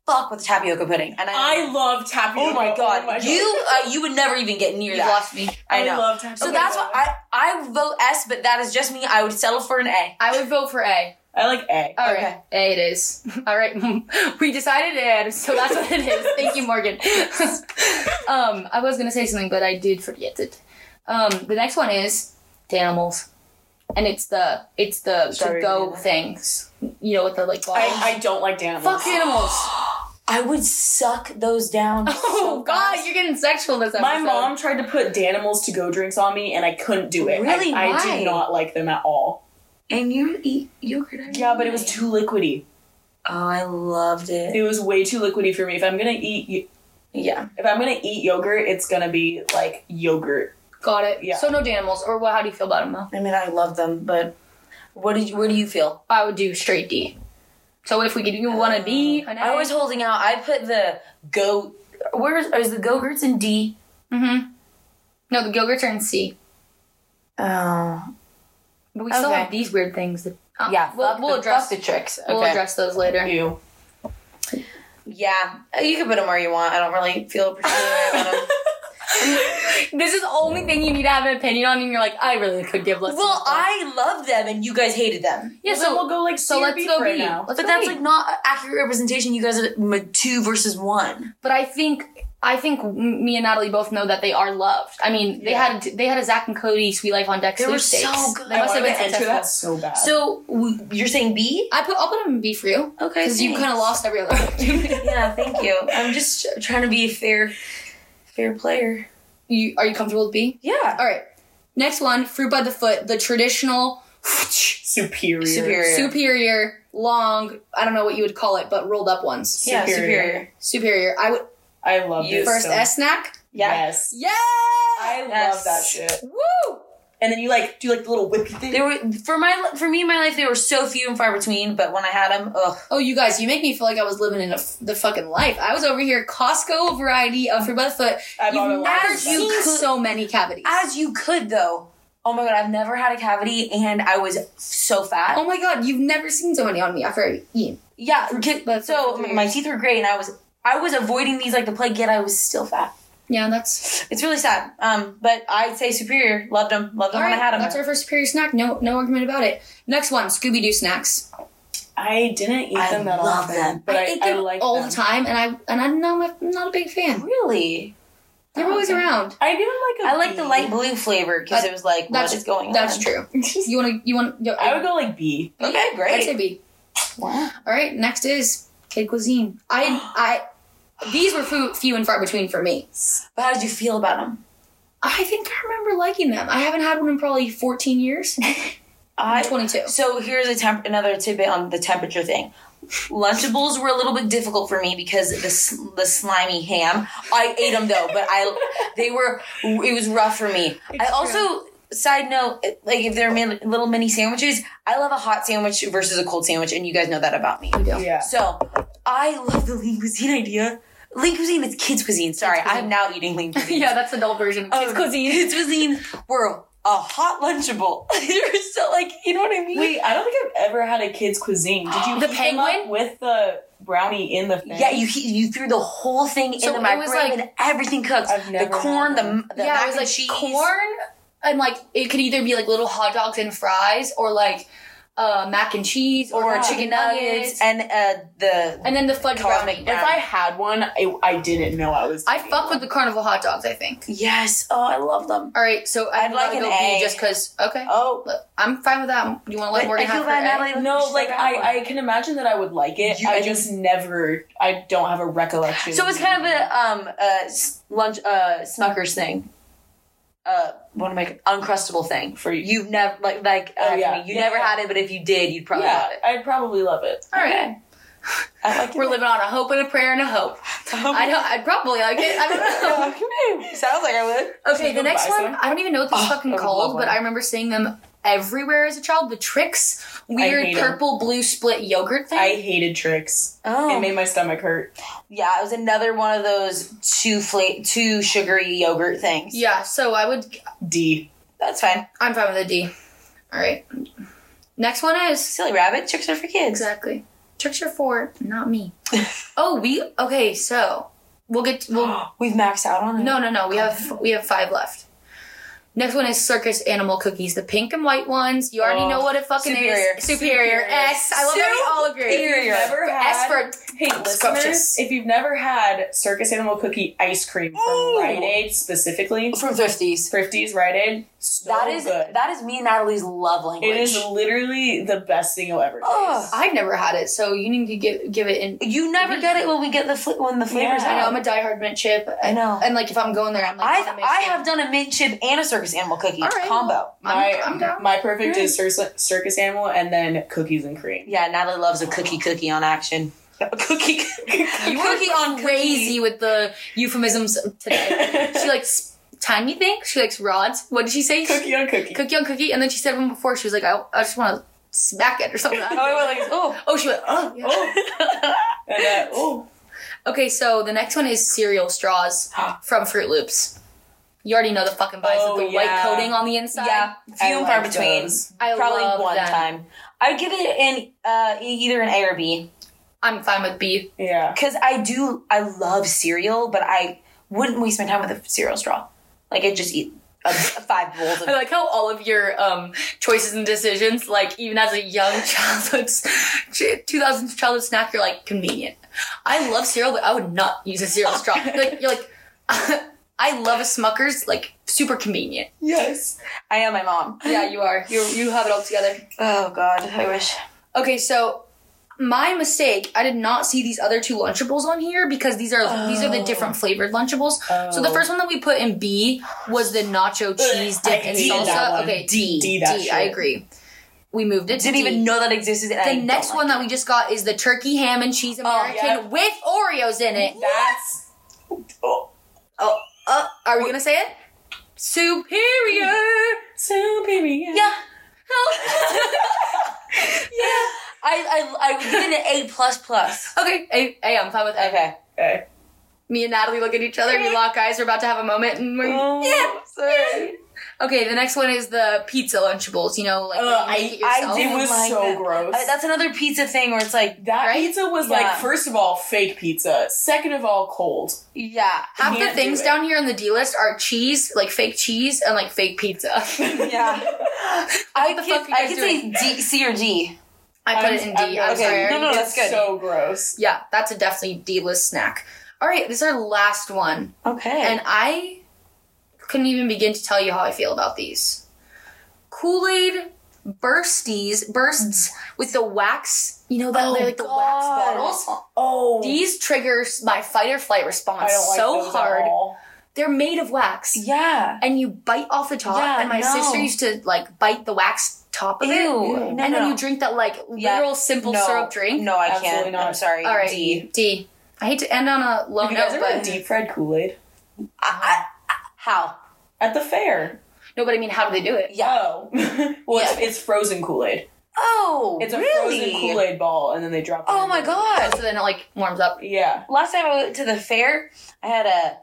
Speaker 1: fuck with tapioca pudding, and I.
Speaker 2: I love tapioca.
Speaker 1: oh my god. you uh, you would never even get near
Speaker 3: You've
Speaker 1: that.
Speaker 3: lost me.
Speaker 1: I
Speaker 2: I,
Speaker 1: know.
Speaker 2: love tapioca.
Speaker 1: so that's why I I vote S, but that is just me. I would settle for an A.
Speaker 3: I would vote for A.
Speaker 2: I like egg.
Speaker 3: All right,
Speaker 1: Okay.
Speaker 3: A it is. All right, we decided it, so that's what it is. Thank you, Morgan. um, I was gonna say something, but I did forget it. Um, the next one is animals, and it's the it's the to
Speaker 1: Strawberry
Speaker 3: go
Speaker 1: banana.
Speaker 3: things. You know, with the like bottles.
Speaker 2: I, I don't like Danimals.
Speaker 3: Fuck animals!
Speaker 1: I would suck those down.
Speaker 3: Oh
Speaker 1: so
Speaker 3: God,
Speaker 1: fast.
Speaker 3: you're getting sexual this episode.
Speaker 2: My mom tried to put Danimals to go drinks on me, and I couldn't do it. I-
Speaker 1: Really?
Speaker 2: I,
Speaker 1: Why?
Speaker 2: did not like them at all.
Speaker 1: and you eat yogurt. every
Speaker 2: Yeah, but it was
Speaker 1: night.
Speaker 2: too liquidy.
Speaker 1: Oh, I loved it.
Speaker 2: It was way too liquidy for me. If I'm gonna eat,
Speaker 1: Yeah.
Speaker 2: if I'm gonna eat yogurt, it's gonna be like yogurt.
Speaker 3: got it.
Speaker 2: Yeah.
Speaker 3: So no animals, or what? How do you feel about them? Though?
Speaker 1: I mean, I love them, but what did you, where do you feel?
Speaker 3: I would do straight D. So if we could, you want to be?
Speaker 2: Uh,
Speaker 3: Uh, An
Speaker 1: I was holding out. I put the goat. Where is, is the Go-Gurts in D?
Speaker 3: Mm-hmm. No, the Gilgerts are in C.
Speaker 1: Oh.
Speaker 3: But we still
Speaker 1: Okay. Oh,
Speaker 3: have these weird things. That, uh,
Speaker 1: Yeah.
Speaker 3: we'll,
Speaker 1: fuck
Speaker 3: we'll
Speaker 1: the,
Speaker 3: address.
Speaker 1: fuck the tricks. Okay.
Speaker 3: We'll address those later.
Speaker 2: Ew.
Speaker 1: Yeah. Uh, You can put them where you want. I don't really feel particularly about them.
Speaker 3: This is the only thing you need to have an opinion on, and you're like, I really could give less.
Speaker 1: Well, I love them and you guys hated them.
Speaker 3: yeah.
Speaker 2: Well,
Speaker 3: so
Speaker 2: then we'll go like
Speaker 3: so
Speaker 2: C or
Speaker 3: let's
Speaker 2: B
Speaker 3: go
Speaker 2: for
Speaker 3: B.
Speaker 2: right now.
Speaker 3: Let's
Speaker 1: But
Speaker 3: go
Speaker 1: that's
Speaker 3: B.
Speaker 1: like not an accurate representation. You guys are mm, two versus one.
Speaker 3: But I think I think m- me and Natalie both know that they are loved. I mean, they
Speaker 2: Yeah.
Speaker 3: had they had a Zach and Cody Sweet Life on Deck
Speaker 1: They were so
Speaker 3: sweepstakes.
Speaker 1: good.
Speaker 3: They must
Speaker 2: I
Speaker 3: have
Speaker 2: wanted
Speaker 3: been
Speaker 2: to enter
Speaker 3: successful.
Speaker 2: that so bad.
Speaker 1: So w- you're saying B?
Speaker 3: I put I'll put them in B for you
Speaker 1: Okay.
Speaker 3: because you
Speaker 1: thanks.
Speaker 3: kind of lost every other.
Speaker 1: yeah, thank you. I'm just trying to be a fair, fair player.
Speaker 3: you are you comfortable with B?
Speaker 1: Yeah.
Speaker 3: All right. Next one, fruit by the foot, the traditional
Speaker 2: superior.
Speaker 1: Superior.
Speaker 3: superior long. I don't know what you would call it, but rolled up ones.
Speaker 1: Yeah,
Speaker 2: Superior.
Speaker 1: superior.
Speaker 3: Superior. I would
Speaker 2: I love
Speaker 1: You
Speaker 2: this
Speaker 3: first
Speaker 2: so
Speaker 3: S snack.
Speaker 1: Yeah.
Speaker 2: Yes.
Speaker 3: Yeah.
Speaker 2: I
Speaker 1: Yes.
Speaker 2: love that shit.
Speaker 3: Woo.
Speaker 2: And then you like do like the little whippy thing.
Speaker 1: They were for my for me in my life. They were so few and far between. But when I had them, ugh.
Speaker 3: Oh, you guys, you make me feel like I was living in a f- the fucking life. I was over here Costco variety of fruit by the foot.
Speaker 2: I bought a
Speaker 3: You've
Speaker 2: lot of
Speaker 3: never
Speaker 2: them.
Speaker 3: seen so many cavities.
Speaker 1: As you could though. Oh my god, I've never had a cavity, and I was so fat.
Speaker 3: oh my god, you've never seen so many on me after I've eaten.
Speaker 1: Yeah. ki- So my teeth were great, and I was I was avoiding these like the plague. Yet I was still fat.
Speaker 3: Yeah, that's
Speaker 1: It's really sad. Um, but I'd say superior. Loved them. Loved them
Speaker 3: all
Speaker 1: when
Speaker 3: right.
Speaker 1: I had them.
Speaker 3: That's our first superior snack. No, no argument about it. Next one, Scooby Doo snacks.
Speaker 2: I didn't eat
Speaker 1: I
Speaker 2: them that
Speaker 1: love
Speaker 2: often,
Speaker 1: them.
Speaker 2: but I,
Speaker 3: ate
Speaker 2: I,
Speaker 3: them
Speaker 2: like
Speaker 3: all
Speaker 2: them.
Speaker 3: the time, and I and I know I'm a- not a big fan.
Speaker 1: really.
Speaker 3: They're always
Speaker 1: Okay.
Speaker 3: around.
Speaker 2: I do like.
Speaker 1: I
Speaker 2: a
Speaker 1: like the
Speaker 2: B.
Speaker 1: light blue flavor because
Speaker 3: That-
Speaker 1: it was like, what
Speaker 3: that's-
Speaker 1: is going
Speaker 3: That's
Speaker 1: on?
Speaker 3: true. You want to? You want? Yo,
Speaker 2: I would go like B.
Speaker 1: Okay, great.
Speaker 3: I'd say B.
Speaker 1: Wow.
Speaker 3: All right, next is Kid Cuisine. I I these were few, few and far between for me.
Speaker 1: But how did you feel about them?
Speaker 3: I think I remember liking them. I haven't had one in probably 14 years. I'm
Speaker 1: I.
Speaker 3: 22.
Speaker 1: So here's a temp- another tidbit on the temperature thing. Lunchables were a little bit difficult for me because the s- the slimy ham. I ate them though, but I they were it was rough for me. I
Speaker 2: It's
Speaker 1: also side note like if they're min- little mini sandwiches, I love a hot sandwich versus a cold sandwich, and you guys know that about me.
Speaker 3: We do.
Speaker 2: Yeah.
Speaker 1: So I love the lean cuisine idea. Lean cuisine is kids cuisine. Sorry,
Speaker 3: Kids cuisine.
Speaker 1: I'm now eating lean cuisine.
Speaker 3: yeah, that's the adult version.
Speaker 1: Kids cuisine. Kids cuisine were a hot lunchable. they were so like, you know what I mean?
Speaker 2: Wait, I don't think I've ever had a kid's cuisine. Did you
Speaker 3: The
Speaker 2: heat them up
Speaker 3: penguin?
Speaker 2: with the brownie in the thing?
Speaker 1: Yeah, you he- you threw the whole thing
Speaker 3: So
Speaker 1: in the
Speaker 3: it was
Speaker 1: microwave
Speaker 3: like-
Speaker 1: and everything cooked.
Speaker 2: I've never
Speaker 1: the corn,
Speaker 2: had
Speaker 1: the
Speaker 2: them.
Speaker 1: the
Speaker 3: yeah,
Speaker 1: mac
Speaker 3: it was
Speaker 1: and
Speaker 3: like
Speaker 1: cheese.
Speaker 3: corn and like it could either be like little hot dogs and fries or like uh, mac and cheese or,
Speaker 1: Oh,
Speaker 2: Or
Speaker 3: chicken nuggets,
Speaker 1: and uh, the
Speaker 3: and then the fudge
Speaker 1: Cosmic
Speaker 3: brownie.
Speaker 1: brownie.
Speaker 2: If I had one, I, I didn't know I was.
Speaker 3: I fuck with the carnival hot dogs. I think.
Speaker 1: yes. Oh, I love them.
Speaker 3: All right, so
Speaker 1: I'd
Speaker 3: I'd,
Speaker 1: like
Speaker 3: rather
Speaker 1: an
Speaker 3: go
Speaker 1: A.
Speaker 3: B just because. Okay,
Speaker 1: Oh,
Speaker 3: Look, I'm fine with that. You want to let
Speaker 1: but
Speaker 3: Morgan
Speaker 1: I feel
Speaker 3: have her
Speaker 1: bad
Speaker 3: A?
Speaker 1: now that I look
Speaker 2: No,
Speaker 1: at
Speaker 2: like
Speaker 1: that one.
Speaker 2: I, I can imagine that I would like it.
Speaker 1: You-
Speaker 2: I
Speaker 1: I
Speaker 2: just never. I don't have a recollection.
Speaker 1: So it's kind of a um uh s- lunch uh Smucker's thing. Uh, what am I? Uncrustable thing.
Speaker 2: for you.
Speaker 1: You've never like like
Speaker 2: Oh,
Speaker 1: uh,
Speaker 2: yeah.
Speaker 1: you
Speaker 2: Yeah,
Speaker 1: never
Speaker 2: yeah.
Speaker 1: had it, but if you did, you'd probably
Speaker 2: yeah,
Speaker 1: have it.
Speaker 2: I'd probably love it.
Speaker 3: All right.
Speaker 2: I like it.
Speaker 3: We're living on a hope and a prayer and a hope. I don't. I'd probably like it. I don't know.
Speaker 1: Sounds like I would.
Speaker 3: Okay, the
Speaker 2: Should we
Speaker 3: next
Speaker 2: buy
Speaker 3: one.
Speaker 2: some?
Speaker 3: I don't even know what this is
Speaker 2: Oh, I
Speaker 3: fucking
Speaker 2: would love
Speaker 3: called,
Speaker 2: one.
Speaker 3: but I remember seeing them everywhere as a child. The tricks, weird
Speaker 2: hate 'em.
Speaker 3: purple blue split yogurt thing.
Speaker 2: I hated tricks.
Speaker 1: Oh,
Speaker 2: It made my stomach hurt.
Speaker 1: yeah. It was another one of those two fla- two sugary yogurt things.
Speaker 3: yeah, so I would.
Speaker 2: D.
Speaker 1: that's fine.
Speaker 3: I'm fine with a D. All right. Next one is
Speaker 1: Silly rabbit tricks are for kids.
Speaker 3: Exactly. Tricks are for not me. oh, we okay. So we'll get. We'll,
Speaker 1: We've maxed out on it.
Speaker 3: no, no, no. We have we have five left. Next one is circus animal cookies, the pink and white ones. You already
Speaker 2: Oh,
Speaker 3: know what it fucking
Speaker 1: superior.
Speaker 3: is. Superior.
Speaker 2: Superior.
Speaker 3: S. I love that we all agree.
Speaker 1: Superior.
Speaker 2: Never
Speaker 3: S
Speaker 2: had.
Speaker 3: for
Speaker 2: Hey, listeners,
Speaker 3: Scrumptious.
Speaker 2: if you've never had circus animal cookie ice cream from
Speaker 1: Ooh.
Speaker 2: Rite Aid specifically,
Speaker 1: from Thrifties.
Speaker 2: Thrifty's Rite Aid, so
Speaker 1: that is
Speaker 2: good.
Speaker 1: that is me and Natalie's love language.
Speaker 2: it is literally the best thing you'll ever taste.
Speaker 1: Ugh.
Speaker 3: I've never had it, so you need to give give it in.
Speaker 1: You never get it when we get the fl- when the flavors
Speaker 2: Yeah.
Speaker 3: I know
Speaker 1: out.
Speaker 3: I'm a diehard mint chip.
Speaker 1: I know.
Speaker 3: And like if I'm going there, I'm like
Speaker 1: I
Speaker 3: I'm
Speaker 1: I have done a mint chip and a circus animal cookie
Speaker 3: All right.
Speaker 1: combo.
Speaker 2: My, um,
Speaker 3: I'm down.
Speaker 2: my perfect is cir- circus animal and then cookies and cream.
Speaker 1: Yeah, Natalie loves a cookie cookie on action. A cookie cookie.
Speaker 3: You were crazy with the euphemisms today. she likes tiny things. She likes rods. What did she say?
Speaker 2: cookie on cookie.
Speaker 3: cookie on cookie, and then she said one before. She was like, I, I just want to smack it or something. I don't know.
Speaker 1: Oh, like, oh.
Speaker 3: oh, she went. Oh, yeah.
Speaker 2: And then, oh,
Speaker 3: Okay, so the next one is cereal straws from Fruit Loops. You already know the fucking vibes
Speaker 2: Oh,
Speaker 3: with the
Speaker 2: yeah.
Speaker 3: white coating on the inside.
Speaker 1: Yeah,
Speaker 2: I
Speaker 1: few and far
Speaker 2: like
Speaker 1: between.
Speaker 2: those.
Speaker 3: I
Speaker 1: Probably
Speaker 3: love
Speaker 1: one
Speaker 3: them.
Speaker 1: time. I'd give it an uh, either an A or B
Speaker 3: I'm fine with B.
Speaker 2: Yeah.
Speaker 1: because I do I love cereal, but I wouldn't waste my time with a cereal straw. Like I just eat a, five bowls of.
Speaker 3: I like how all of your um, choices and decisions, like even as a young childhood, 2000s childhood snack, you're like convenient. I love cereal, but I would not use a cereal straw. You're like, you're like I love a Smucker's, like super convenient.
Speaker 2: Yes.
Speaker 1: I know my mom.
Speaker 3: Yeah, you are. You you have it all together.
Speaker 1: Oh God, I wish.
Speaker 3: Okay, so my mistake. I did not see these other two Lunchables on here because these are these are the
Speaker 1: Oh.
Speaker 3: different flavored Lunchables. So the
Speaker 2: Oh.
Speaker 3: first one that we put in B was the nacho cheese dip
Speaker 2: I
Speaker 3: in
Speaker 2: hated that
Speaker 3: salsa.
Speaker 2: one.
Speaker 3: Okay,
Speaker 1: D.
Speaker 2: D
Speaker 3: I
Speaker 2: that shit.
Speaker 3: agree. We moved it. To
Speaker 1: Didn't
Speaker 3: D.
Speaker 1: even know that existed. and I
Speaker 3: The
Speaker 1: don't
Speaker 3: next
Speaker 1: like
Speaker 3: one that
Speaker 1: it. Oh,
Speaker 3: we just got is the turkey ham and cheese American
Speaker 2: yeah.
Speaker 3: with Oreos in it.
Speaker 2: That's. Oh.
Speaker 3: Uh, are we gonna say it? Superior.
Speaker 1: Mm.
Speaker 2: So, baby. Yeah.
Speaker 1: Yeah. yeah. I I I would give it an A plus plus.
Speaker 3: okay, A, A, I'm fine with A.
Speaker 1: Okay.
Speaker 2: Okay.
Speaker 3: Me and Natalie look at each other. We lock eyes. We're about to have a moment, and we're yeah.
Speaker 1: Sorry.
Speaker 3: Okay, the next one is the pizza Lunchables. You know, like
Speaker 2: Ugh,
Speaker 3: when you
Speaker 2: I-
Speaker 3: make it
Speaker 1: I
Speaker 3: yourself.
Speaker 1: did
Speaker 2: It was
Speaker 1: like
Speaker 2: so
Speaker 1: that.
Speaker 2: gross.
Speaker 1: Uh, that's another pizza thing where it's like,
Speaker 2: that
Speaker 3: Right?
Speaker 2: pizza was
Speaker 1: Yeah.
Speaker 2: like, first of all, fake pizza. Second of all, cold.
Speaker 1: yeah,
Speaker 3: Half the
Speaker 2: can't do
Speaker 3: things
Speaker 2: it.
Speaker 3: down here on the D list are cheese, like fake cheese, and like fake pizza.
Speaker 1: yeah. I
Speaker 3: the
Speaker 1: could,
Speaker 3: fuck are you
Speaker 1: I
Speaker 3: guys
Speaker 1: could say D, C or D.
Speaker 3: I put it in D. I'm
Speaker 1: okay,
Speaker 3: sorry.
Speaker 1: no, no,
Speaker 2: it's
Speaker 1: that's good.
Speaker 2: so gross.
Speaker 3: Yeah, that's a definitely D list snack. All right, this is our last one,
Speaker 1: Okay.
Speaker 3: and I couldn't even begin to tell you how I feel about these. Kool Aid bursties bursts with the wax. You know that
Speaker 1: Oh,
Speaker 3: they're like the
Speaker 1: God.
Speaker 3: wax bottles.
Speaker 2: Oh.
Speaker 3: These triggers my fight or flight
Speaker 2: I
Speaker 3: response
Speaker 2: don't like
Speaker 3: so
Speaker 2: those at
Speaker 3: hard.
Speaker 2: all.
Speaker 3: They're made of wax.
Speaker 1: yeah.
Speaker 3: and you bite off the top.
Speaker 1: Yeah,
Speaker 3: and my
Speaker 1: no.
Speaker 3: sister used to like bite the wax top of
Speaker 1: Ew.
Speaker 3: it,
Speaker 1: No,
Speaker 3: and
Speaker 1: no.
Speaker 3: then you drink that like
Speaker 1: Yeah.
Speaker 3: literal simple
Speaker 1: no.
Speaker 3: syrup drink.
Speaker 1: No, I
Speaker 2: Absolutely
Speaker 1: can't.
Speaker 2: not.
Speaker 1: I'm sorry.
Speaker 3: All right,
Speaker 1: D.
Speaker 3: D. I hate to end on a low
Speaker 2: Have you guys
Speaker 3: note,
Speaker 2: ever had
Speaker 3: but
Speaker 2: deep fried Kool Aid?
Speaker 1: I, I, how?
Speaker 2: At the fair.
Speaker 3: no, but I mean, how do they do it?
Speaker 1: Yeah.
Speaker 2: Oh. well, it's, it's frozen Kool Aid.
Speaker 1: Oh,
Speaker 2: It's a
Speaker 1: really?
Speaker 2: frozen Kool Aid ball, and then they drop it
Speaker 1: Oh
Speaker 2: in
Speaker 1: my
Speaker 2: there.
Speaker 1: god.
Speaker 3: So then it like warms up.
Speaker 2: Yeah.
Speaker 1: Last time I went to the fair, I had a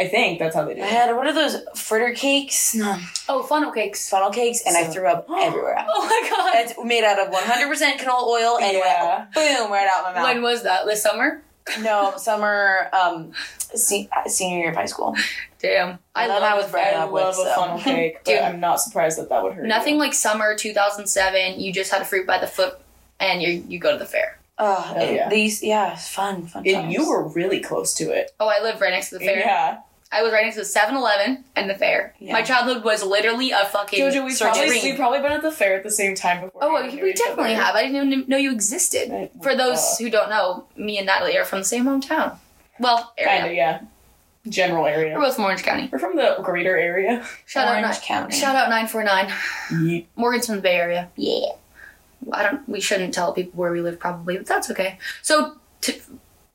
Speaker 2: I think that's how they do
Speaker 1: I
Speaker 2: it.
Speaker 1: had what are those fritter cakes? No,
Speaker 3: Oh, funnel cakes.
Speaker 1: funnel cakes, and I threw up everywhere.
Speaker 3: Oh my god.
Speaker 1: It's made out of 100% canola oil and
Speaker 2: Yeah.
Speaker 1: went boom right out my mouth.
Speaker 3: when was that? This summer?
Speaker 1: No, summer um, se- uh, senior year of high school.
Speaker 3: Damn. I
Speaker 1: Love
Speaker 3: love,
Speaker 1: I was brought
Speaker 2: I
Speaker 1: up
Speaker 2: love
Speaker 1: with.
Speaker 2: a
Speaker 1: so.
Speaker 2: funnel cake, but
Speaker 3: Dude.
Speaker 2: I'm not surprised that that would hurt.
Speaker 3: nothing
Speaker 2: you.
Speaker 3: like summer 2007. You just had a fruit by the foot, and you you go to the fair.
Speaker 1: Uh,
Speaker 2: Oh, yeah.
Speaker 1: These, yeah, it's fun, fun.
Speaker 2: And
Speaker 1: times.
Speaker 2: you were really close to it.
Speaker 3: Oh, I lived right next to the fair.
Speaker 2: Yeah.
Speaker 3: I was right next to the 7-Eleven and the fair.
Speaker 1: Yeah.
Speaker 3: My childhood was literally a fucking
Speaker 2: Jojo, we've
Speaker 3: search
Speaker 2: probably,
Speaker 3: and
Speaker 2: we've
Speaker 3: bring.
Speaker 2: probably been at the fair at the same time before.
Speaker 3: Oh,
Speaker 2: we
Speaker 3: we,
Speaker 2: knew
Speaker 3: we
Speaker 2: each other.
Speaker 3: definitely have. I didn't even know you existed.
Speaker 2: Right.
Speaker 3: For those
Speaker 2: Uh,
Speaker 3: who don't know, me and Natalie are from the same hometown. Well, area.
Speaker 2: Kind of, yeah. General
Speaker 3: We're
Speaker 2: area.
Speaker 3: both from Orange County.
Speaker 2: We're from the greater area.
Speaker 3: Shout out,
Speaker 1: Orange
Speaker 3: nine,
Speaker 1: County.
Speaker 3: shout out 949.
Speaker 2: Yeah.
Speaker 3: Morgan's from the Bay Area.
Speaker 1: Yeah.
Speaker 3: I don't. We shouldn't tell people where we live, probably, but that's okay. So, t-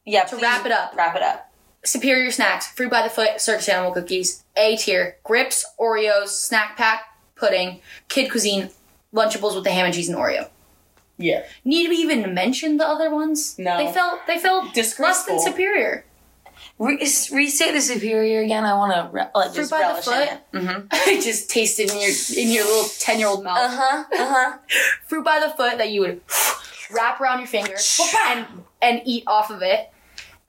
Speaker 1: Yeah.
Speaker 3: To
Speaker 1: please
Speaker 3: wrap it up.
Speaker 1: Wrap it up.
Speaker 3: superior snacks: fruit by the foot, circus animal cookies, A tier, grips, Oreos, snack pack, pudding, kid cuisine, Lunchables with the ham and cheese and Oreo.
Speaker 2: Yeah.
Speaker 3: Need we even mention the other ones?
Speaker 2: No.
Speaker 3: They felt they felt less
Speaker 2: Disgraceful.
Speaker 3: than superior.
Speaker 1: Re- restate the superior again. I want to re- like
Speaker 3: Fruit
Speaker 1: just
Speaker 3: by the
Speaker 1: relish in
Speaker 3: foot.
Speaker 1: it. Mm-hmm.
Speaker 3: I just tasted in your in your little ten year old mouth.
Speaker 1: Uh huh. Uh huh.
Speaker 3: fruit by the foot that you would wrap around your finger and and eat off of it.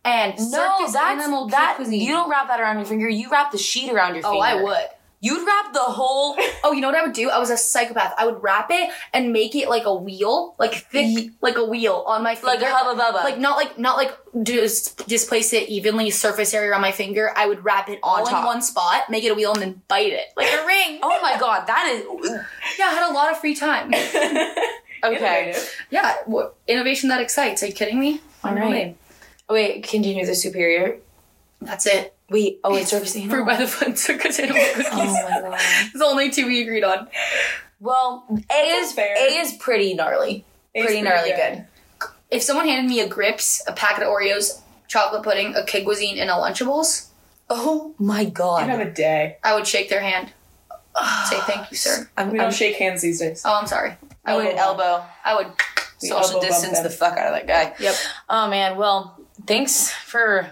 Speaker 3: And
Speaker 1: No,
Speaker 3: circus animal
Speaker 1: that's
Speaker 3: kid
Speaker 1: that.
Speaker 3: cuisine.
Speaker 1: You don't wrap that around your finger. You wrap the sheet around your
Speaker 3: Oh,
Speaker 1: finger.
Speaker 3: I would.
Speaker 1: You'd wrap the whole.
Speaker 3: Oh, you know what I would do? I was a psychopath. I would wrap it and make it like a wheel, like thick,
Speaker 1: Ye-
Speaker 3: like a wheel on my finger.
Speaker 1: Like a hubba bubba.
Speaker 3: Like not like not like dis- displace it evenly surface area around my finger. I would wrap it all
Speaker 1: On
Speaker 3: in
Speaker 1: top.
Speaker 3: one spot, make it a wheel, and then bite it like a ring.
Speaker 1: oh my god, that is
Speaker 3: Yeah, I had a lot of free time.
Speaker 1: okay.
Speaker 2: Innovative.
Speaker 3: Yeah, wha- innovation that excites. Are you kidding me?
Speaker 1: All
Speaker 3: No
Speaker 1: right.
Speaker 3: way.
Speaker 1: Wait, continue the superior.
Speaker 3: that's it.
Speaker 1: Wait, oh, it's circus animal.
Speaker 3: Fruit by the foot circus animal cookies.
Speaker 1: Oh my god.
Speaker 3: It's the only two we agreed on.
Speaker 1: Well, A is
Speaker 2: fair.
Speaker 1: A is pretty gnarly.
Speaker 2: It's
Speaker 1: pretty gnarly good.
Speaker 3: If someone handed me a grips, a packet of Oreos, chocolate pudding, a kid cuisine, and a Lunchables,
Speaker 1: Oh my
Speaker 2: You'd have
Speaker 1: god.
Speaker 2: a day.
Speaker 3: I would shake their hand, say thank you, sir.
Speaker 1: I'm,
Speaker 2: We
Speaker 1: I'm
Speaker 2: don't shake hands these days.
Speaker 3: Oh, I'm sorry. I would.
Speaker 1: elbow.
Speaker 3: I would.
Speaker 2: We
Speaker 1: Social
Speaker 2: elbow bump
Speaker 1: distance
Speaker 2: them.
Speaker 1: the fuck out of that guy.
Speaker 3: Yep.
Speaker 1: Oh man, well, thanks for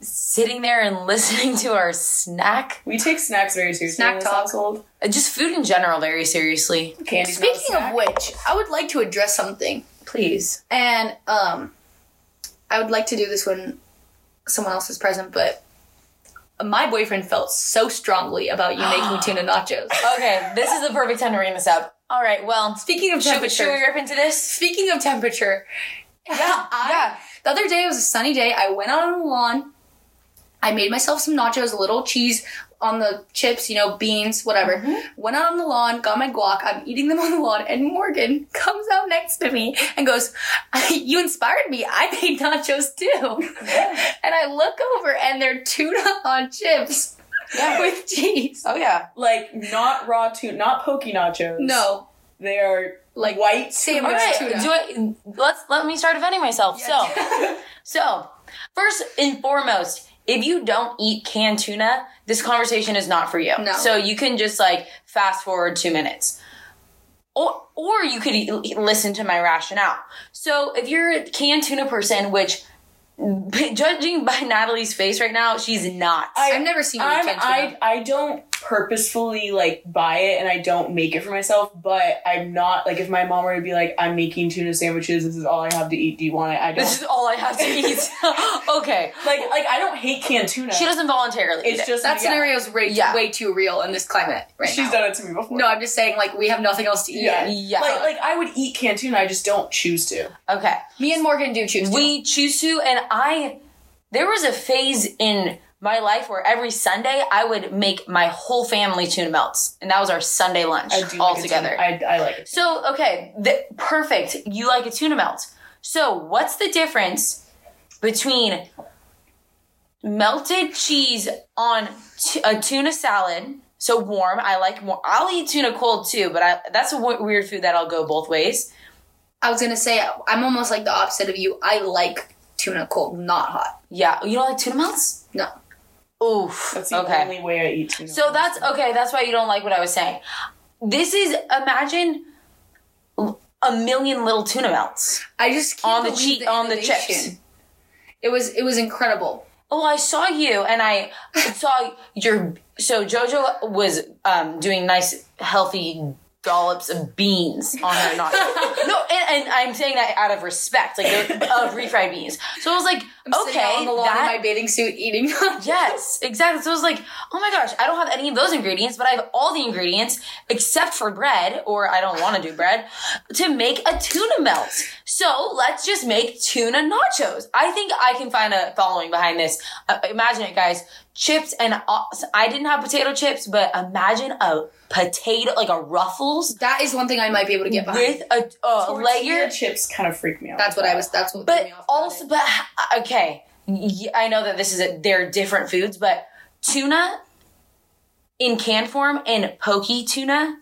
Speaker 1: sitting there and listening to our snack.
Speaker 2: We take snacks very seriously.
Speaker 3: Snack
Speaker 2: in this
Speaker 3: talk.
Speaker 2: Household.
Speaker 1: uh, Just food in general very seriously.
Speaker 2: Candy's not a
Speaker 3: Speaking of
Speaker 2: snack.
Speaker 3: which, I would like to address something,
Speaker 1: Please.
Speaker 3: and um, I would like to do this when someone else is present, but. My boyfriend felt so strongly about you making tuna nachos.
Speaker 1: Okay, this is the perfect time to bring this up. All right, well,
Speaker 3: Speaking of
Speaker 1: should, should
Speaker 3: temperature,
Speaker 1: we rip into this?
Speaker 3: Speaking of temperature, yeah, I, The other day it was a sunny day. I went out on the lawn. I made myself some nachos, a little cheese on the chips, you know, beans, whatever.
Speaker 2: Mm-hmm.
Speaker 3: Went out on the lawn, got my guac. I'm eating them on the lawn, and Morgan comes out next to me and goes, "You inspired me. I made nachos too." and I look over, and they're tuna on chips with cheese.
Speaker 2: Um,
Speaker 1: Oh yeah.
Speaker 2: like not raw tuna, not pokey nachos.
Speaker 3: No,
Speaker 2: they are
Speaker 3: Like,
Speaker 2: like white
Speaker 1: All
Speaker 3: sandwich.
Speaker 1: right,
Speaker 3: tuna.
Speaker 1: do I, let's let me start offending myself. So, so first and foremost, if you don't eat canned tuna, this conversation is not for you.
Speaker 3: No.
Speaker 1: So you can just like fast forward two minutes, or or you could e- listen to my rationale. So if you're a canned tuna person, which judging by Natalie's face right now, she's not.
Speaker 2: I-
Speaker 3: I've never seen you
Speaker 2: I'm,
Speaker 3: eat canned tuna.
Speaker 2: I I don't purposefully like buy it and I don't make it for myself, but I'm not like if my mom were to be like, I'm making tuna sandwiches, this is all I have to eat. Do you want it? I
Speaker 1: this
Speaker 2: don't
Speaker 1: is all I have to eat. okay,
Speaker 2: like like I don't hate canned tuna.
Speaker 1: she doesn't voluntarily. eat
Speaker 2: it's
Speaker 1: it.
Speaker 2: just
Speaker 3: That
Speaker 2: yeah.
Speaker 3: scenario is way,
Speaker 1: Yeah.
Speaker 3: way too real in this climate right now.
Speaker 2: She's done it to me before.
Speaker 3: No, I'm just saying, like, we have nothing else to eat.
Speaker 2: yeah.
Speaker 1: Yeah.
Speaker 2: Like like I would eat canned tuna, I just don't choose to.
Speaker 1: okay.
Speaker 3: Me and Morgan do choose to.
Speaker 1: we choose to and i there was a phase in my life where every sunday i would make my whole family tuna melts and that was our sunday lunch
Speaker 2: I do
Speaker 1: all
Speaker 2: like a
Speaker 1: together
Speaker 2: tuna- I I like it.
Speaker 1: so okay the, perfect you like a tuna melt so what's the difference between melted cheese on t- a tuna salad so warm i like more i'll eat tuna cold too but I, that's a w- weird food that i'll go both ways
Speaker 3: I was gonna say, I'm almost like the opposite of you. I like tuna cold, not hot.
Speaker 1: yeah you don't like tuna melts
Speaker 3: No.
Speaker 1: Oof.
Speaker 2: That's the
Speaker 1: okay.
Speaker 2: only way I eat tuna.
Speaker 1: So that's okay. That's why you don't like what I was saying. This is imagine a million little tuna melts.
Speaker 3: I just can't
Speaker 1: On the
Speaker 3: believe
Speaker 1: cheat- on the
Speaker 3: innovation.
Speaker 1: chips.
Speaker 3: It was it was incredible.
Speaker 1: Oh, I saw you, and I saw your. So JoJo was um, doing nice, healthy dollops of beans on her noggin. no, and, and I'm saying that out of respect, like of refried beans. So I was like,
Speaker 3: I'm
Speaker 1: okay,
Speaker 3: sitting out on the lawn
Speaker 1: that
Speaker 3: in my bathing suit eating.
Speaker 1: Yes, exactly. So it was like, oh my gosh, I don't have any of those ingredients, but I have all the ingredients except for bread, or I don't want to do bread, to make a tuna melt. So let's just make tuna nachos. I think I can find a following behind this. Uh, imagine it, guys. Chips and au- I didn't have potato chips, but imagine a potato, like a Ruffles
Speaker 3: that is one thing I might be able to get behind.
Speaker 1: with a, a
Speaker 2: Tortilla
Speaker 1: layer.
Speaker 2: chips kind of freak me out.
Speaker 3: That's what I was. That's what. threw
Speaker 1: But
Speaker 3: me off about
Speaker 1: also,
Speaker 3: it.
Speaker 1: but uh, okay, Y- I know that this is a, they're different foods, but tuna in can form and pokey tuna,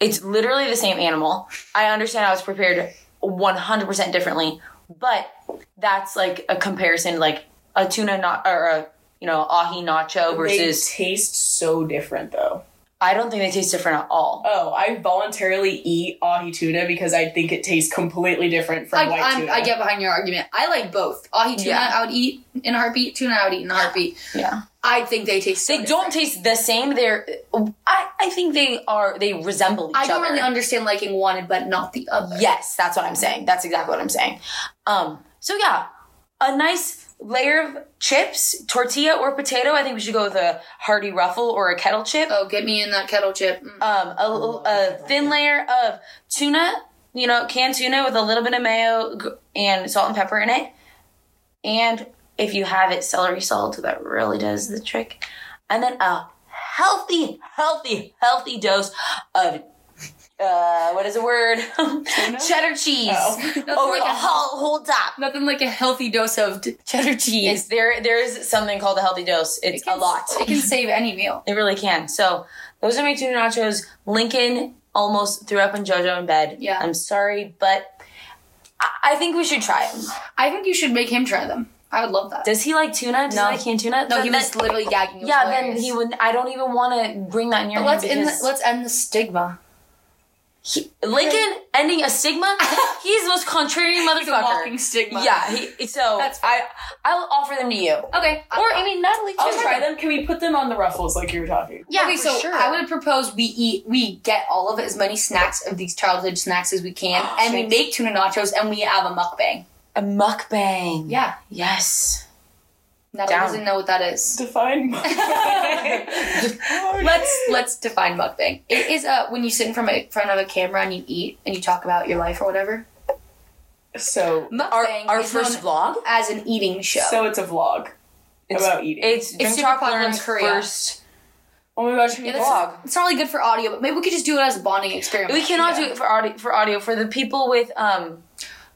Speaker 1: it's literally the same animal. I understand I was prepared one hundred percent differently, but that's like a comparison, like a tuna not or a you know ahi nacho
Speaker 2: They
Speaker 1: versus.
Speaker 2: taste so different though.
Speaker 1: I don't think they taste different at all.
Speaker 2: Oh, I voluntarily eat ahi tuna because I think it tastes completely different from
Speaker 3: I,
Speaker 2: white
Speaker 3: I'm,
Speaker 2: tuna.
Speaker 3: I get behind your argument. I like both. Ahi tuna,
Speaker 1: Yeah.
Speaker 3: I would eat in a heartbeat. Tuna, I would eat in a heartbeat.
Speaker 1: Yeah.
Speaker 3: I think they taste. So
Speaker 1: They don't
Speaker 3: different.
Speaker 1: taste the same. They're, I, I think they are. They resemble each
Speaker 3: I don't
Speaker 1: other.
Speaker 3: really understand liking one but not the other.
Speaker 1: Yes, that's what I'm saying. That's exactly what I'm saying. Um, so yeah, a nice layer of chips, tortilla or potato. I think we should go with a hearty ruffle or a kettle chip.
Speaker 3: Oh, get me in that kettle chip. Mm.
Speaker 1: Um, a, l- a thin layer of tuna, you know, canned tuna with a little bit of mayo g- and salt and pepper in it. And if you have it, celery salt, that really does the trick. And then a healthy, healthy, healthy dose of, uh, what is the word? Cheddar cheese over
Speaker 3: Oh. like
Speaker 1: the
Speaker 3: a-
Speaker 1: whole, whole top.
Speaker 3: Nothing like a healthy dose of d- cheddar cheese.
Speaker 1: It's there. There is something called a healthy dose. It's a lot.
Speaker 3: It can save any meal.
Speaker 1: It really can. So those are my tuna nachos. Lincoln almost threw up on JoJo in bed.
Speaker 3: Yeah.
Speaker 1: I'm sorry, but I, I think we should try them.
Speaker 3: I think you should make him try them. I would love that.
Speaker 1: Does he like tuna? Does
Speaker 3: No.
Speaker 1: he like canned tuna?
Speaker 3: no,
Speaker 1: Then
Speaker 3: he
Speaker 1: that-
Speaker 3: was literally gagging. It was
Speaker 1: yeah, then
Speaker 3: hilarious.
Speaker 1: he would. I don't even want to bring that near
Speaker 3: But
Speaker 1: him
Speaker 3: let's end. The,
Speaker 1: because
Speaker 3: let's end the stigma.
Speaker 1: he- Lincoln ending a sigma. he's the most contrarian motherfucker.
Speaker 3: stigma.
Speaker 1: yeah, he, so
Speaker 3: That's
Speaker 1: I I'll offer them to you, or
Speaker 3: Okay.
Speaker 1: I mean Natalie. too.
Speaker 2: I'll try them. Can we put them on the ruffles like you were talking?
Speaker 1: Yeah,
Speaker 3: okay,
Speaker 1: for
Speaker 3: so
Speaker 1: sure.
Speaker 3: I would propose we eat, we get all of as many snacks of these childhood snacks as we can,
Speaker 1: Oh,
Speaker 3: and we make tuna nachos, and we have a mukbang.
Speaker 1: a mukbang.
Speaker 3: Yeah,
Speaker 1: Yes.
Speaker 3: Natalie
Speaker 1: Down.
Speaker 3: doesn't know what that is.
Speaker 2: Define.
Speaker 3: Let's let's define mukbang. It is uh, when you sit in front of, in front of a camera and you eat and you talk about your life or whatever.
Speaker 2: so
Speaker 3: Mukbang
Speaker 1: Our our
Speaker 3: is
Speaker 1: first
Speaker 3: known
Speaker 1: vlog.
Speaker 3: as an eating show.
Speaker 2: so it's a vlog about eating.
Speaker 1: It's
Speaker 3: It's
Speaker 1: Jim
Speaker 3: super popular in
Speaker 1: Choplin's
Speaker 3: Korea.
Speaker 1: first.
Speaker 2: oh my gosh,
Speaker 3: Yeah,
Speaker 2: we
Speaker 3: this is-
Speaker 2: vlog.
Speaker 3: it's not really good for audio, but maybe we could just do it as a bonding experiment.
Speaker 1: We cannot
Speaker 2: Yeah.
Speaker 1: do it for audio. For audio, for the people with um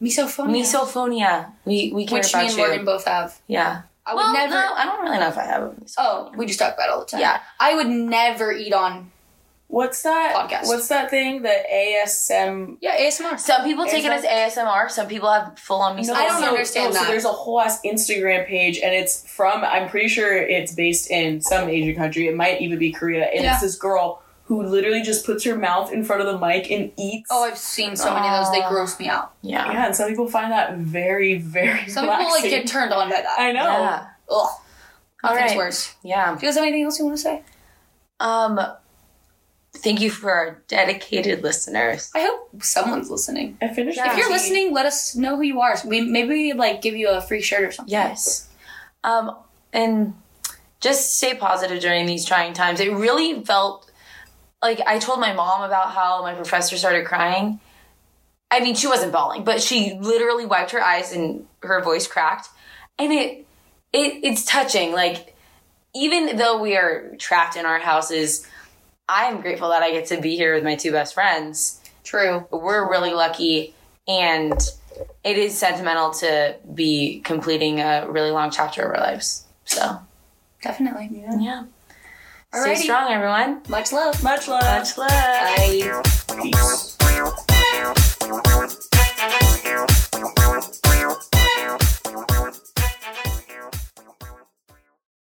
Speaker 3: misophonia,
Speaker 1: misophonia, we we care
Speaker 3: Oh, which me
Speaker 1: about
Speaker 3: and
Speaker 1: you.
Speaker 3: Morgan both have.
Speaker 1: yeah.
Speaker 3: I
Speaker 1: well,
Speaker 3: would never.
Speaker 1: no, I don't really know if I have. a misophonia.
Speaker 3: Oh, we just talk about it all the time.
Speaker 1: Yeah.
Speaker 3: I would never eat on.
Speaker 2: What's that?
Speaker 3: Podcast.
Speaker 2: What's that thing? The ASM.
Speaker 3: Yeah, ASMR.
Speaker 1: Some people take it
Speaker 2: Is
Speaker 1: as ASMR. Some people have full on misophonia.
Speaker 3: I don't
Speaker 2: so-
Speaker 3: understand
Speaker 2: no,
Speaker 3: that.
Speaker 2: Oh, So there's a whole ass Instagram page, and it's from. I'm pretty sure it's based in some Asian country. It might even be Korea. And
Speaker 3: Yeah.
Speaker 2: it's this girl who literally just puts her mouth in front of the mic and eats.
Speaker 3: Oh, I've seen so many of those. They
Speaker 1: Aw.
Speaker 3: gross me out.
Speaker 1: Yeah.
Speaker 2: yeah. And some people find that very, very.
Speaker 3: Some people like
Speaker 2: relaxing.
Speaker 3: get turned on by that.
Speaker 2: I know.
Speaker 1: Yeah.
Speaker 3: Ugh.
Speaker 1: All
Speaker 3: Nothing's
Speaker 1: right.
Speaker 3: worse.
Speaker 1: Yeah.
Speaker 3: Do you guys have anything else you want to say?
Speaker 1: Um. Thank you for our dedicated listeners.
Speaker 3: I hope someone's listening.
Speaker 2: I finished.
Speaker 1: Yeah.
Speaker 2: my
Speaker 3: If you're
Speaker 2: tea.
Speaker 3: listening, let us know who you are. We maybe like give you a free shirt or something.
Speaker 1: Yes. Um, and just stay positive during these trying times. It really felt like I told my mom about how my professor started crying. I mean, she wasn't bawling, but she literally wiped her eyes and her voice cracked. And it it it's touching. Like even though we are trapped in our houses, I am grateful that I get to be here with my two best friends
Speaker 3: True.
Speaker 1: we're really lucky and it is sentimental to be completing a really long chapter of our lives so
Speaker 3: Definitely. Yeah.
Speaker 1: yeah
Speaker 3: Alrighty.
Speaker 1: stay strong everyone
Speaker 3: Much love.
Speaker 2: Much love.
Speaker 1: much love
Speaker 3: Bye.
Speaker 2: Peace.